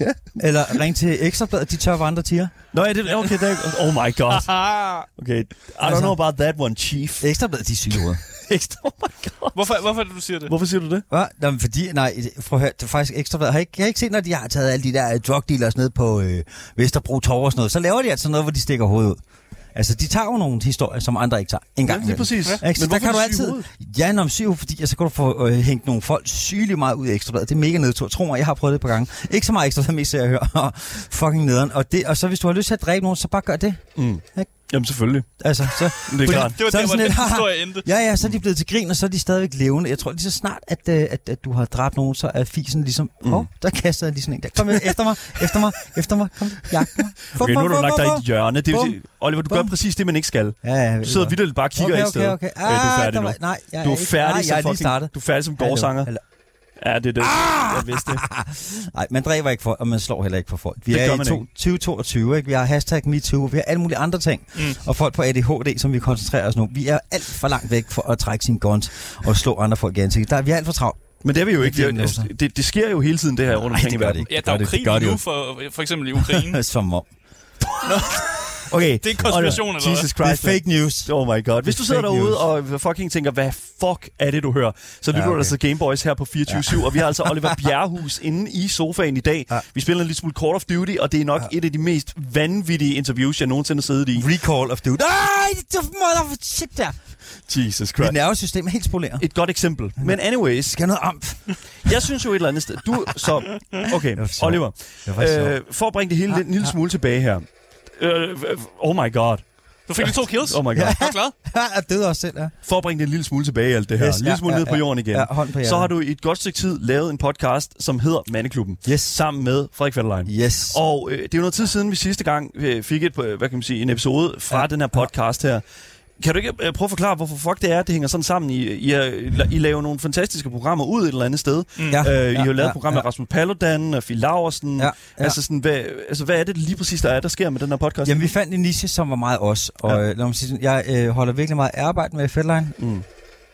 Mm. Eller ring til Ekstrabladet, de tør hvad andre tiger. Nå, ja, det, okay, det, oh my god. Ah, Okay, I Altså- don't know about that one, chief. Ekstrabladet, de er syge i hovedet. oh my god. hvorfor, hvorfor er det, du siger det? Hvorfor siger du det? Hva? Nå, men fordi, nej, for at høre, det er faktisk Ekstrabladet. Har I ikke, har I ikke set, når de har taget alle de der øh, drug dealers ned på øh, Vesterbro Torv og sådan noget, så laver de altså noget, hvor de stikker hovedet ud. Altså, de tager jo nogle historier, som andre ikke tager. En gang Ja, lige imellem. præcis. Ja. Ja, ikke? Så Men der hvorfor kan du er de syge i altid... Ja, når man syg, fordi så kan du få øh, hængt nogle folk sygeligt meget ud i ekstrabladet. Det er mega nedtur. Tro mig, jeg har prøvet det et par gange. Ikke så meget ekstrabladet, mest jeg hører. fucking nederen. Og, det, og så hvis du har lyst til at dræbe nogen, så bare gør det. Mm. Ikke? Jamen, selvfølgelig. Altså, så, Det er klart. Det var så der, hvor sådan den lidt, haha. historie endte. Ja, ja, så er de blevet til grin, og så er de stadigvæk levende. Jeg tror lige så snart, at, øh, at, at du har dræbt nogen, så er fisen ligesom... Åh, mm. oh, der kaster jeg lige sådan en der. Kom med, efter mig, efter mig, efter mig, kom, jagt mig. Fup, Okay, nu fup, har du fup, lagt dig i fup, et hjemme. Det vil Bum. sige, Oliver, du gør Bum. præcis det, man ikke skal. fup. Ja, ja, jeg ved Du sidder godt. vidt og bare kigger okay, et sted. okay, okay. Ah, Ja, du er færdig der nu. var- Nej, jeg Du er er ikke- færdig nej, jeg som er lige fucking... startet. Du er færdig som Hallo, gårdsanger. Ah! hallo. Ja, det er det. Jeg vidste det. Nej, man dræber ikke folk, og man slår heller ikke for folk. Vi Det gør er i man to- 2022, ikke? Vi har hashtag MeToo, vi har alle mulige andre ting. Mm. Og folk på ADHD, som vi koncentrerer os nu. Vi er alt for langt væk for at trække sin guns og slå andre folk i ansigtet. Der, vi er alt for travlt. Men det er vi jo ikke. Det er Det, ikke altså, noget, det, det sker jo hele tiden, det her rundt Nej, omkring det i gør verden. det ikke. Ja, der er jo det- krig det gør det nu, jo. for, for eksempel i Ukraine. Som om. Okay, Det er konspiration, eller hvad? Jesus det er Christ. fake news. Oh my god. Hvis du Det er sidder fake derude og fucking tænker, hvad fuck er det, du hører, så lytter ja, okay. du okay. altså til Gameboys her på 24-7, ja. og vi har altså Oliver Bjerrehus inde i sofaen i dag. Ja. Ja. Vi spiller en lille smule Call of Duty, og det er nok ja. et af de mest vanvittige interviews, jeg nogensinde har siddet i. Recall of duty. Nej, det er mother shit der. Jesus Mit Christ. nervesystem er helt spoleret. Et godt eksempel. Men anyways, Vi skal have noget amp. jeg synes jo et eller andet sted, du så... Okay, var sjovt. Oliver, Det var sjovt. øh, for at bringe det hele en lille smule tilbage her. Øh, oh my god. Du fik de to kills. Oh my god. Er du glad? Jeg Øh, døde også selv, ja. for at bringe det en lille smule tilbage i alt det her, yes, Yes, en lille ja, smule ja, ned på ja. jorden igen, Ja, hånd på så hjertet. har du i et godt stykke tid lavet en podcast, som hedder Mandeklubben, Yes. sammen med Frederik Fetterlein. Yes. Og øh, det er jo noget tid siden, vi sidste gang øh, fik et, øh, hvad kan man sige, en episode fra ja. Ja. den her podcast her. Kan du ikke øh, prøve at forklare, hvorfor fuck det er, at det hænger sådan sammen? I, I, er- I laver nogle fantastiske programmer ud et eller andet sted. Mm. Ja, øh, I har ja, jo lavet ja, et program med ja. Rasmus Paludan og Fie Laversen. Ja, ja. Altså, sådan, hvad, altså, hvad er det lige præcis, der er, der sker med den her podcast? Jamen, vi fandt en niche, som var meget os. Og Ja. ja. lad mig sige, sådan, jeg øh, holder virkelig meget af arbejde med Fedline. Mm.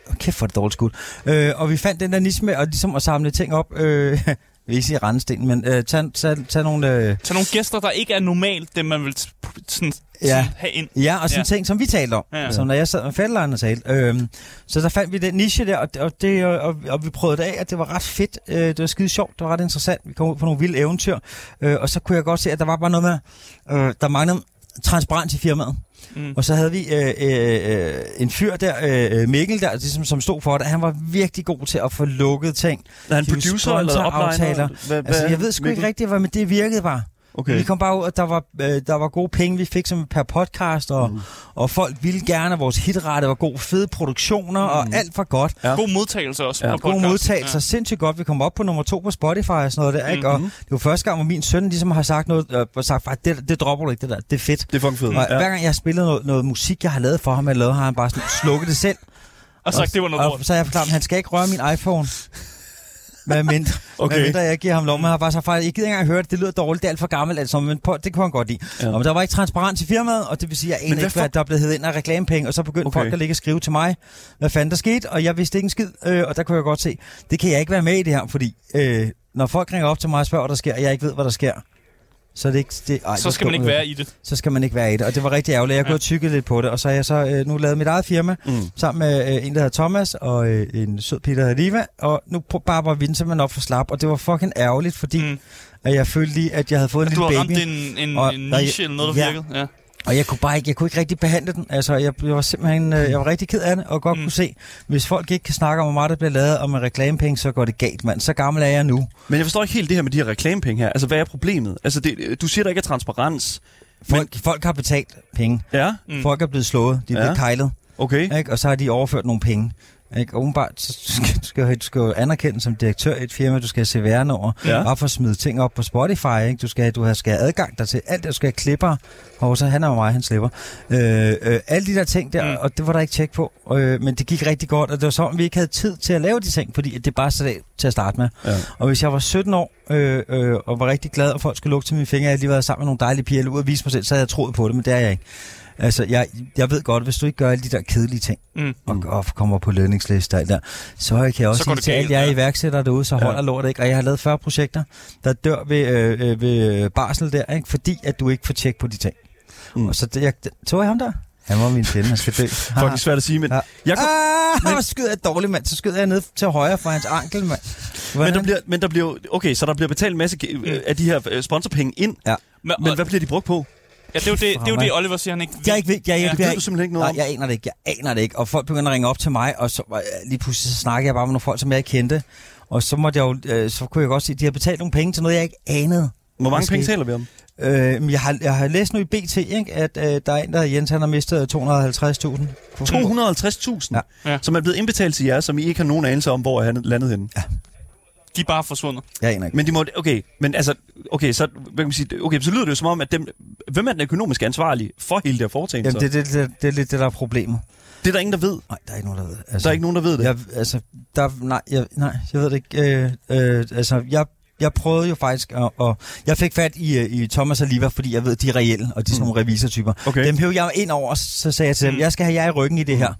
Oh, kæft for det dårligt skud. Øh, og vi fandt den der niche med at, ligesom at samle ting op. Øh, jeg vil ikke sige rendesten, men øh, tag, tag, tag nogle... Øh, Tag nogle gæster, der ikke er normalt, dem man vil t- p- sådan, Ja. sådan have ind. Ja, og Ja. sådan ja. ting, som vi talte om. Ja, Ja, ja. ja. Som når jeg sad med fælleren og talte. Øhm, så der fandt vi den niche der, og, og, det, og, og, og vi prøvede det af, og det var ret fedt. Øh, det var skide sjovt, det var ret interessant. Vi kom ud på nogle vilde eventyr. Øh, og så kunne jeg godt se, at der var bare noget med, øh, der manglede transparens i firmaet. Mm. Mm. Og så havde vi øh, øh, øh, en fyr der, øh, Mikkel der, ligesom, som stod for det. Han var virkelig god til at få lukket ting. er han de er jo producer eller sponsoraftaler. upliner? Hvad, Altså, jeg ved sgu Mikkel? ikke rigtigt, hvad, men det virkede bare. Okay. Vi kom bare ud, og der var, øh, der var gode penge, vi fik som per podcast, og, Mhm. mm. og folk ville gerne, og vores hitrate var god, fede produktioner, mm. Mhm. og alt var godt. Ja. God modtagelse også ja. på Gode podcasten. modtagelser, ja. sindssygt godt. Vi kom op på nummer to på Spotify og sådan noget der, ikke? Mhm. Og det var første gang, hvor min søn ligesom har sagt noget, øh, og sagt, "Far, det, det dropper du ikke, det der, det er fedt. Det er fucking fedt. Og Mhm. Ja. hver gang jeg har spillet noget, noget musik, jeg har lavet for ham, eller lavet, har han bare sådan, slukket det selv. Ja. Og sagt, det var noget og, lort. så har jeg forklaret, at han skal ikke røre min iPhone. Hvad mindre, Okay. okay. hvad mindre jeg giver ham lov, men jeg har bare sagt, "Far, jeg gider ikke engang høre det, det lyder dårligt, det er alt for gammelt, altså, men på, det kunne han godt lide. Ja. Ja. Og men der var ikke transparens i firmaet, og det vil sige, at jeg aner hvad ikke, hvad der er blevet heddet ind af reklamepenge, og så begyndte Okay. okay. folk at ligge og skrive til mig, hvad fanden der skete, og jeg vidste ikke en skid, øh, og der kunne jeg godt se, det kan jeg ikke være med i det her, fordi øh, når folk ringer op til mig og spørger, hvad der sker, og jeg ikke ved, hvad der sker, så, er det ikke, det, ej, Så skal man ikke være i det. så skal man ikke være i det. Og det var rigtig ærgerligt. Jeg kunne Ja. ja. tykke lidt på det, og så har jeg så øh, nu lavet mit eget firma Mm. mm. sammen med øh, en, der hedder Thomas, og øh, en sød pige, der hedder Liva, og nu pr- bare var vi den simpelthen op for slap, og det var fucking ærgerligt, fordi Mm. mm. at jeg følte lige, at jeg havde fået en Du har lille ramt baby, en, en, Og- en der- niche eller noget, der ja. virkede. Ja. og jeg kunne bare ikke, jeg kunne ikke rigtig behandle den. Altså, jeg, jeg var simpelthen, øh, jeg var rigtig ked af det, og godt Mm. mm. kunne se, hvis folk ikke kan snakke om, hvor meget der bliver lavet, og med reklamepenge, så går det galt, mand. Så gammel er jeg nu. Men jeg forstår ikke helt det her med de her reklamepenge her. Altså, hvad er problemet? Altså, det, du siger, der ikke er transparens. Folk, Men... folk har betalt penge. Ja, Mm. Mm. Folk er blevet slået, de er Ja. blevet kejlet. okay. Ikke? Og så har de overført nogle penge. Ikke? Og umiddelbart, så skal, du skal, du skal jo anerkendes som direktør i et firma, du skal have CVR'en over, Ja. ja. bare for at smide ting op på Spotify, ikke? Du, skal, du har- skal have adgang der til alt, det, du skal have klipper, og så han er jo mig, han slipper. Øh, øh, alle de der ting der, Mm. mm. og det var der ikke tjek på, øh, men det gik rigtig godt, og det var som om, vi ikke havde tid til at lave de ting, fordi det bare sad af til at starte med. Ja. Og hvis jeg var 17 år, øh, øh, og var rigtig glad, og folk skulle lukke til mine fingre, og jeg havde lige været sammen med nogle dejlige piger, eller ud og vise mig selv, så havde jeg troet på det, men det er jeg ikke. Altså, jeg, jeg ved godt, hvis du ikke gør alle de der kedelige ting, Mm. og, og kommer på lønningsliste og alt der, så kan jeg også går sige det til galt, alle jer ja. iværksættere derude, så Ja. holder lortet ikke. Og jeg har lavet 40 projekter, der dør ved, øh, øh, ved barsel der, ikke? fordi at du ikke får tjek på de ting. Mm. Mm. Og så det, jeg, tog jeg ham der? Han var min fjende, han skal dø. Fucking svært at sige, men... Ja. Jeg kom, Ah, hvor skyder jeg dårligt, mand. Så skyder jeg ned til højre for hans ankel, mand. men, Hvordan? der bliver, men der bliver jo- Okay, så der bliver betalt en masse øh, af de her øh, sponsorpenge ind. Ja. Men, Men og, hvad bliver de brugt på? ja, det er jo det, det, er jo det Fuck, Oliver siger, han ikke Jeg er ikke ved, jeg, jeg, Ja, jeg, det ved du simpelthen ikke noget nej, om. jeg aner det ikke, jeg aner det ikke. Og folk begynder at ringe op til mig, og så øh, lige pludselig så snakker jeg bare med nogle folk, som jeg ikke kendte. Og så, måtte jeg jo, øh, så kunne jeg godt se, at de har betalt nogle penge til noget, jeg ikke anede. Hvor mange Måske. penge taler vi om? Øh, men jeg, har, jeg har læst nu i BT, ikke, at øh, der er en, der hedder Jens, han har mistet 250.000. kroner. 250.000, ja. Ja. ja. Ja. som er blevet indbetalt til jer, som I ikke har nogen anelse om, hvor er han landet henne. Ja. De er bare forsvundet. Jeg aner ikke. Men de må, okay, men altså, okay, så, hvad kan man sige, okay, så lyder det jo som om, at dem, hvem er den økonomiske ansvarlige for hele det her foretagende? Jamen, Jamen, det, det, det, det, det er lidt det, der er problemet. det, er der ingen, der ved. Nej, der er ikke nogen, der ved det. Altså, Der er ikke nogen, der ved det. Jeg, altså, der, nej, jeg, nej, jeg ved det ikke. Øh, øh, altså, jeg, jeg prøvede jo faktisk, at, og jeg fik fat i, øh, i Thomas og Liva, fordi jeg ved, de er reelle, og de er sådan nogle revisortyper. Mm. Okay. Mm. Dem hævde jeg ind over, og så sagde jeg til dem, jeg skal have jer i ryggen i det her.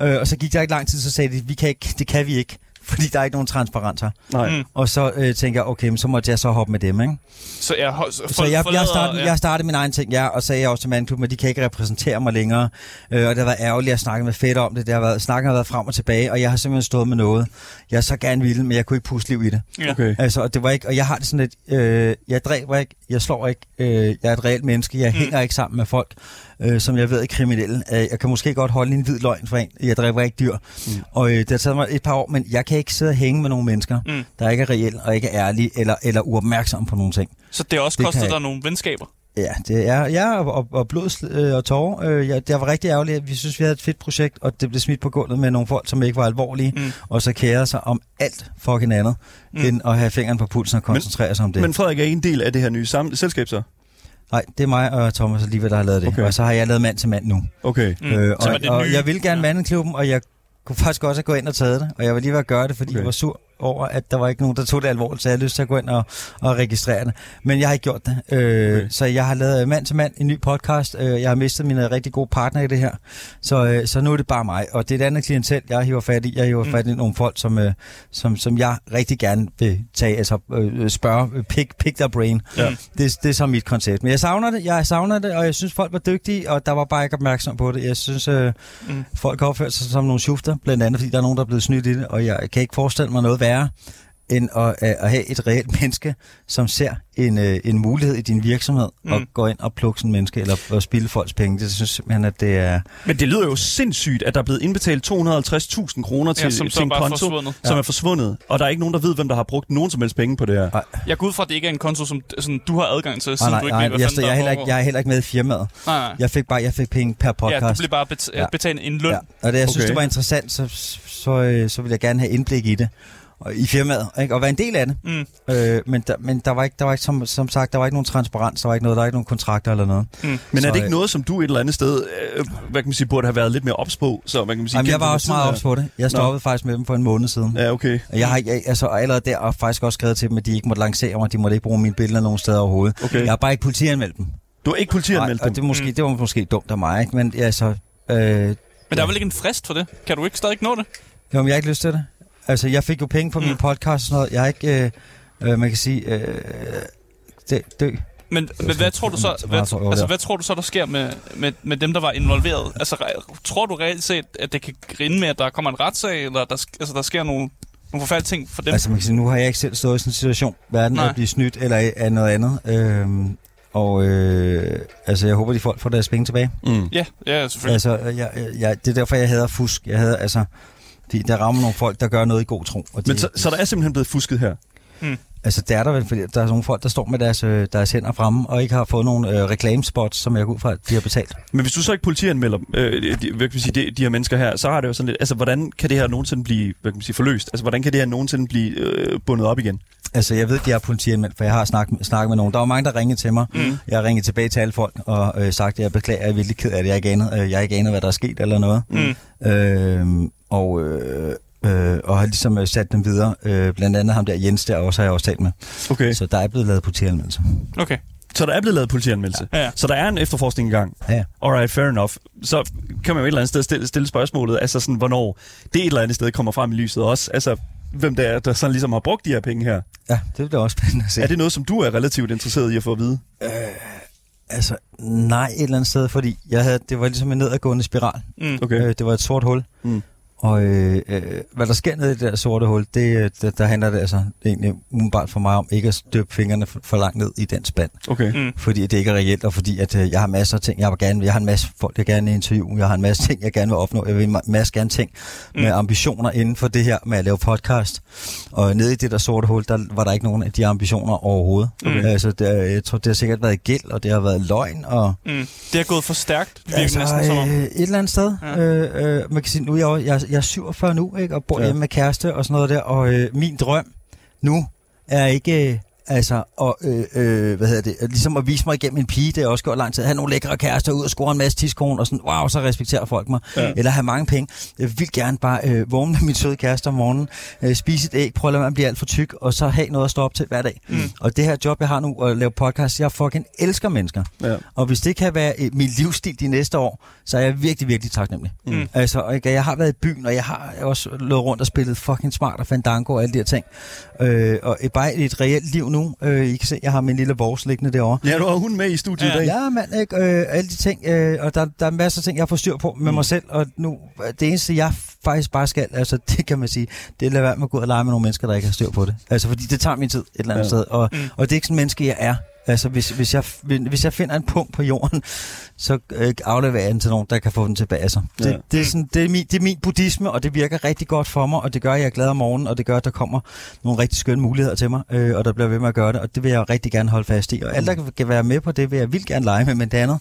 Mm. Øh, og så gik der ikke lang tid, så sagde de, vi kan ikke, det kan vi ikke, fordi der er ikke nogen transparenter. Nej. Mm. Og så øh, tænkte jeg, okay, men så måtte jeg så hoppe med dem, ikke? Så jeg, hold- så, Så jeg, jeg, forlader- startede, ja. jeg startede min egen ting, ja, og sagde jeg også til mandklubben, at de kan ikke repræsentere mig længere. Øh, og det har været ærgerligt at snakke med fedt om det. det har været, snakken har været frem og tilbage, og jeg har simpelthen stået med noget, jeg så gerne ville, men jeg kunne ikke puste liv i det. Ja. Okay. Altså, og det var ikke, og jeg har det sådan lidt, øh, jeg dræber ikke, jeg slår ikke, øh, jeg er et reelt menneske, jeg mm. hænger ikke sammen med folk, øh, som jeg ved er kriminelle. Øh, jeg kan måske godt holde en hvid løgn for en, jeg dræber ikke dyr. Mm. Og øh, det har taget mig et par år, men jeg kan ikke sidde og hænge med nogle mennesker, Mm. mm. der ikke er reelt og ikke er ærlige eller, eller uopmærksomme på nogle ting. Så det har også Det kostet kan jeg dig nogle venskaber. Mm. Ja, det er ja, og, og, og blod øh, og tårer. Øh, ja, det var rigtig ærgerligt. at Vi synes, vi havde et fedt projekt, og det blev smidt på gulvet med nogle folk, som ikke var alvorlige, Mm. mm. og så kærede sig om alt fucking andet, Mm. mm. end at have fingeren på pulsen og koncentrere sig om det. Men Men, Frederik er en del af det her nye sam- selskab, så? Nej, det er mig og Thomas og Liva, der har lavet det. Okay. Okay. Og så har jeg lavet mand til mand nu. Okay. Mm. Øh, så var og, det og nye. jeg ville gerne Ja. mandeklubben, og jeg kunne faktisk også have gået ind og taget det, og jeg var lige ved at gøre det, fordi Okay. okay. jeg var sur over, at der var ikke nogen, der tog det alvorligt, så jeg havde lyst til at gå ind og, og registrere det. Men jeg har ikke gjort det. Øh, Okay. okay. Så jeg har lavet øh, mand til mand en ny podcast. Øh, jeg har mistet mine rigtig gode partner i det her. Så, øh, så nu er det bare mig. Og det er et andet klientel, jeg hiver fat i. Jeg hiver Mm. mm. fat i nogle folk, som, øh, som, som jeg rigtig gerne vil tage, altså øh, spørge, øh, pick, pick their brain. Ja. Det, det er så mit koncept. Men jeg savner det, jeg savner det, og jeg synes, folk var dygtige, og der var bare ikke opmærksom på det. Jeg synes, øh, Mm. mm. folk har opført sig som nogle shufter, blandt andet fordi der er nogen, der er blevet snydt i det, og jeg kan ikke forestille mig noget værre end at, øh, at have et reelt menneske, som ser en, øh, en mulighed i din virksomhed, mm. og går ind og plukker sådan en menneske, eller og spilde folks penge. Det synes jeg simpelthen, at det er... Men det lyder jo sindssygt, at der er blevet indbetalt 250.000 kroner til, Ja, som som så til en bare er konto, forsvundet. som er forsvundet. Og der er ikke nogen, der ved, hvem der har brugt nogen som helst penge på det her. Ej, Jeg går ud fra, at det ikke er en konto, som sådan, du har adgang til, nej, siden du nej, ikke nej, ved, hvad jeg, fanden jeg, der er heller ikke, foregår. jeg er heller ikke med i firmaet. Nej, nej. Jeg fik bare jeg fik penge per podcast. Ja, du bliver bare bet- Ja. ja. betalt en løn. Ja, og da jeg okay. synes, Okay. det var interessant, så, så, øh, så ville jeg gerne have indblik i det. Og, I firmaet, ikke? og være en del af det. Mm. Øh, men der, men der var ikke, der var ikke som, som sagt, der var ikke nogen transparens, der var ikke noget, der var ikke nogen kontrakter eller noget. Mm. Men er det Så, ikke øh, noget, som du et eller andet sted, øh, hvad kan man sige, burde have været lidt mere ops på? Så, hvad kan man sige, Jamen, jeg kendte var med også meget tiden ops på det. Jeg stoppede Nå. faktisk med dem for en måned siden. her? Ja, okay. Og Jeg har ikke- jeg, altså, og allerede der har faktisk også skrevet til dem, at de ikke måtte lancere mig, de måtte ikke bruge mine billeder nogen steder overhovedet. Okay. Jeg har bare ikke politianmeldt dem. Du har ikke politianmeldt Nej, og dem? det, er måske, mm. det var måske dumt af mig, ikke? men altså, øh, Men der er vel ikke en frist for det? Kan du ikke stadig ikke nå det? Jamen, jeg har ikke lyst til det. Altså, jeg fik jo penge på mm. min podcast og sådan noget. Jeg har ikke, øh, øh, man kan sige, øh, dø. dø. Men, men hvad tror du så, hvad, altså, hvad tror du så, der sker med, med, med dem, der var involveret? Altså, re- tror du reelt set, at det kan grinde med, at der kommer en retssag, eller der, sk- altså, der sker nogle, nogle forfærdelige ting for dem? Altså, man kan sige, nu har jeg ikke selv stået i sådan en situation, hverken Nej. at blive snydt eller af noget andet. Øhm, og øh, altså, jeg håber, de folk får deres penge tilbage. Mm. Ja, ja, selvfølgelig. Altså, jeg, jeg- jeg, det er derfor, jeg hader fusk. Jeg hader, altså, de, der rammer nogle folk, der gør noget i god tro. Og de, Men så, så der er simpelthen blevet fusket her? Altså, det er der vel, fordi der er nogle folk, der står med deres, øh, deres hænder fremme, og ikke har fået nogle øh, reklamespots, som jeg går ud fra, at de har betalt. Men hvis du så ikke politianmelder øh, de, hvad kan man sige, de, de her mennesker her, så har det jo sådan lidt, altså hvordan kan det her nogensinde blive hvad kan man sige, forløst? Altså hvordan kan det her nogensinde blive øh, bundet op igen? Altså, jeg ved, de er politianmeldt, for jeg har snakket, snakket med nogen. Der var mange, der ringede til mig. Mm. Jeg har ringet tilbage til alle folk og øh, sagt, at jeg beklager, jeg er virkelig ked af det. Jeg har ikke anet, øh, jeg har ikke anet hvad der er sket eller noget. Mm. Øh, og, øh, øh, og har ligesom øh, sat dem videre. Øh, blandt andet ham der Jens, der også har jeg også talt med. Okay. Så, Så der er blevet lavet politianmeldelse. Okay. så der er blevet lavet politianmeldelse? Ja. Ja, ja. Så der er en efterforskning i gang? Ja. Alright, fair enough. Så kan man jo et eller andet sted stille, stille spørgsmålet, altså sådan, hvornår det et eller andet sted kommer frem i lyset også. Altså, hvem det er, der sådan ligesom har brugt de her penge her. Ja, det bliver også spændende at se. Er det noget, som du er relativt interesseret i at få at vide? Altså, nej et eller andet sted, fordi jeg havde, det var ligesom en nedadgående spiral. Mm. Okay. Øh, det var et sort hul. Mm. Og øh, øh, hvad der sker nede i det der sorte hul, det, øh, der, der handler det altså egentlig umiddelbart for mig om ikke at døbe fingrene for, for langt ned i den spand. Okay. Mm. Fordi det ikke er reelt, og fordi at, øh, jeg har masser af ting, jeg, vil gerne, jeg har en masse folk, jeg gerne vil interviewe, jeg har en masse ting, jeg gerne vil opnå, jeg vil en ma- masse gerne ting med ambitioner inden for det her med at lave podcast. Og nede i det der sorte hul, der var der ikke nogen af de ambitioner overhovedet. Okay. Altså, det, er- jeg tror, det har sikkert været gæld, og det har været løgn, og... Mm. Det er gået for stærkt, virker altså, næsten som om. øh, et eller andet sted. Ja. Øh, øh, man kan sige, nu er jeg, jo- jeg, jeg er 47 nu, ikke, og bor Ja. ja. hjemme med kæreste og sådan noget der, og øh, min drøm nu er ikke... Øh, altså, og, øh, øh, hvad hedder det, at ligesom at vise mig igennem en pige, det har jeg også gjort lang tid, have nogle lækre kærester ud og score en masse tidskone, og sådan, wow, så respekterer folk mig, ja. eller have mange penge. Jeg vil gerne bare øh, vågne med min søde kæreste om morgenen, øh, spise et æg, prøve at lade mig blive alt for tyk, og så have noget at stå op til hver dag. Mm. Og det her job, jeg har nu, at lave podcast, jeg fucking elsker mennesker. Ja. Og hvis det kan være øh, min livsstil de næste år, så er jeg virkelig, virkelig taknemmelig. Mm. Altså, og ikke, jeg har været i byen, og jeg har også løbet rundt og spillet fucking smart og fandango og alle de her ting. Øh, og øh, bare et reelt liv nu. Øh, I kan se, jeg har min lille vores liggende derovre. Ja, du har hun med i studiet i dag. Ja, mand, ikke? Øh, alle de ting, øh, og der, der er masser af ting, jeg får styr på med mm. mig selv, og nu, øh, det eneste, jeg faktisk bare skal, altså det kan man sige, det er at lade være med at gå ud og lege med nogle mennesker, der ikke har styr på det. Altså, fordi det tager min tid et eller andet Ja. ja. sted, og, mm. og det er ikke sådan en menneske, jeg er. Altså, hvis, hvis, jeg, hvis jeg finder en punkt på jorden, så øh, afleverer jeg den til nogen, der kan få den tilbage. Altså, det, Ja. ja. det, er sådan, det, er min, det er min buddhisme, og det virker rigtig godt for mig, og det gør, at jeg er glad om morgenen, og det gør, at der kommer nogle rigtig skønne muligheder til mig, øh, og der bliver ved med at gøre det, og det vil jeg rigtig gerne holde fast i. Og alt, der kan- kan være med på det, vil jeg vildt gerne lege med, men det andet,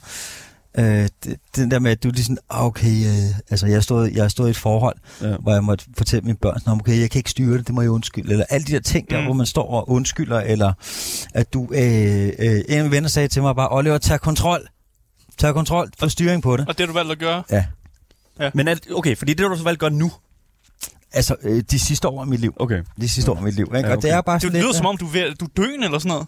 øh, det, den der med, at du lige sådan, ah, okay, øh, altså jeg stod, jeg stod i et forhold, Ja. ja. hvor jeg måtte fortælle mine børn, sådan, okay, jeg kan ikke styre det, det må jeg undskylde, eller alle de der ting der, Mm. mm. hvor man står og undskylder, eller at du, øh, øh, en af mine venner sagde til mig bare, Oliver, tag kontrol, tag kontrol, få styring på det. Og det har du valgt at gøre. Ja, Men er, det- okay, fordi det har du så valgt godt nu. altså øh, de sidste år af mit liv. Okay. De sidste år af mit liv, ikke? Ja, Ja, okay. og det er bare Det sådan lyder lidt, øh, som om, du er, ved, du er døende eller sådan noget.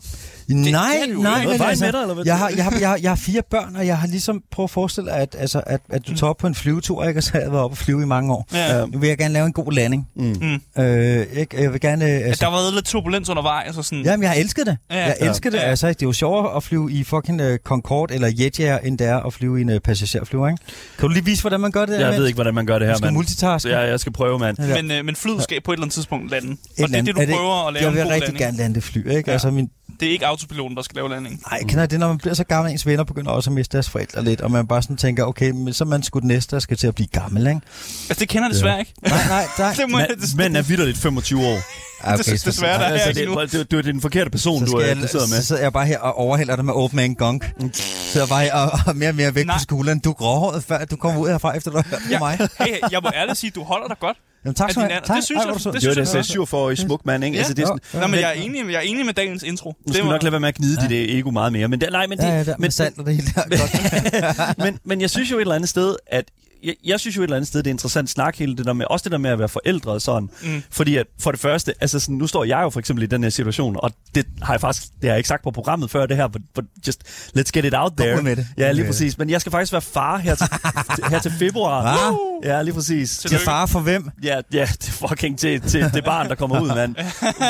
Nej, er det jo ikke. nej, Noget men vej altså, med dig, eller hvad? jeg, har, jeg, har, jeg, har, jeg har fire børn, og jeg har ligesom prøvet at forestille dig, at, altså, at, at du tager op på en flyvetur, ikke? og så har jeg været oppe og flyve i mange år. Mm. Øh, Ja. Nu vil jeg gerne lave en god landing. Mm. Øh, ikke? Jeg vil gerne... øh, At Altså, der har været lidt turbulens undervejs og sådan. Jamen, jeg har elsket det. Ja, Ja, jeg ja. elsker det. Ja. Altså, ikke? det er jo sjovere at flyve i fucking uh, Concorde eller Jetjager, end det er at flyve i en uh, passagerflyver, ikke? Kan du lige vise, hvordan man gør det? Jeg ved ikke, hvordan man gør det her, man skal mand. multitaske. Ja, jeg skal prøve, mand. Ja, det der. men, øh, men flyet skal på et eller andet tidspunkt lande. Og Et det er land- det, du prøver at lave Jeg en vil god rigtig landing. gerne lande det fly, ikke? Ja. Mm. Ja. Altså, min, Det er ikke autopiloten, der skal lave landingen. nej, kender I det, når man bliver så gammel, ens venner begynder også at miste deres forældre lidt, og man bare sådan tænker, okay, men så er man sgu den næste, der skal til at blive gammel, ikke? Altså, det kender jeg desværre ikke. Nej, nej, nej. det må jeg, det, Ma- Manden er vidderligt 25 år. Ah, det- så- desværre, der er Altså, jeg ikke nu. det, det, det, det er den forkerte person, Så, du, skal er, jeg, du sidder så med. sidder jeg bare her og overhælder dig med old man gunk. Så jeg bare her og, og mere og mere væk Mm. Nej. på skulderen. Du er gråhåret, før du kommer ud herfra, efter du har hørt på Ja. mig. hey, hey, jeg må ærligt sige, du holder dig godt. Jamen, tak Er skal du din have. alder- Tak. det synes Ej, jeg- hvor er du sød. det Det var synes det, jeg jeg sagde, 47-årig smuk mand, ikke? Ja. Altså, det er sådan, Nå, men jeg er enig, jeg er enig med dagens intro. nu skal vi nok lade være med at gnide ja. dit øh, ego meget mere. Men, det, nej, men, det, Ja, ja, der, med men, salt og det hele der. Godt. men, men jeg synes jo et eller andet sted, at jeg, jeg synes jo et eller andet sted, det er interessant snak hele det der med, også det der med at være forældre og sådan. Mm. Fordi at for det første, altså sådan, nu står jeg jo for eksempel i den her situation, og det har jeg faktisk, det har jeg ikke sagt på programmet før det her, but, but just let's get it out there. ud med det. Ja, Ud lige med præcis. Men jeg skal faktisk være far her til, her til februar. Hva? Ja, lige præcis. Til far for hvem? Ja, ja, det er fucking til, til det barn, der kommer ud, mand.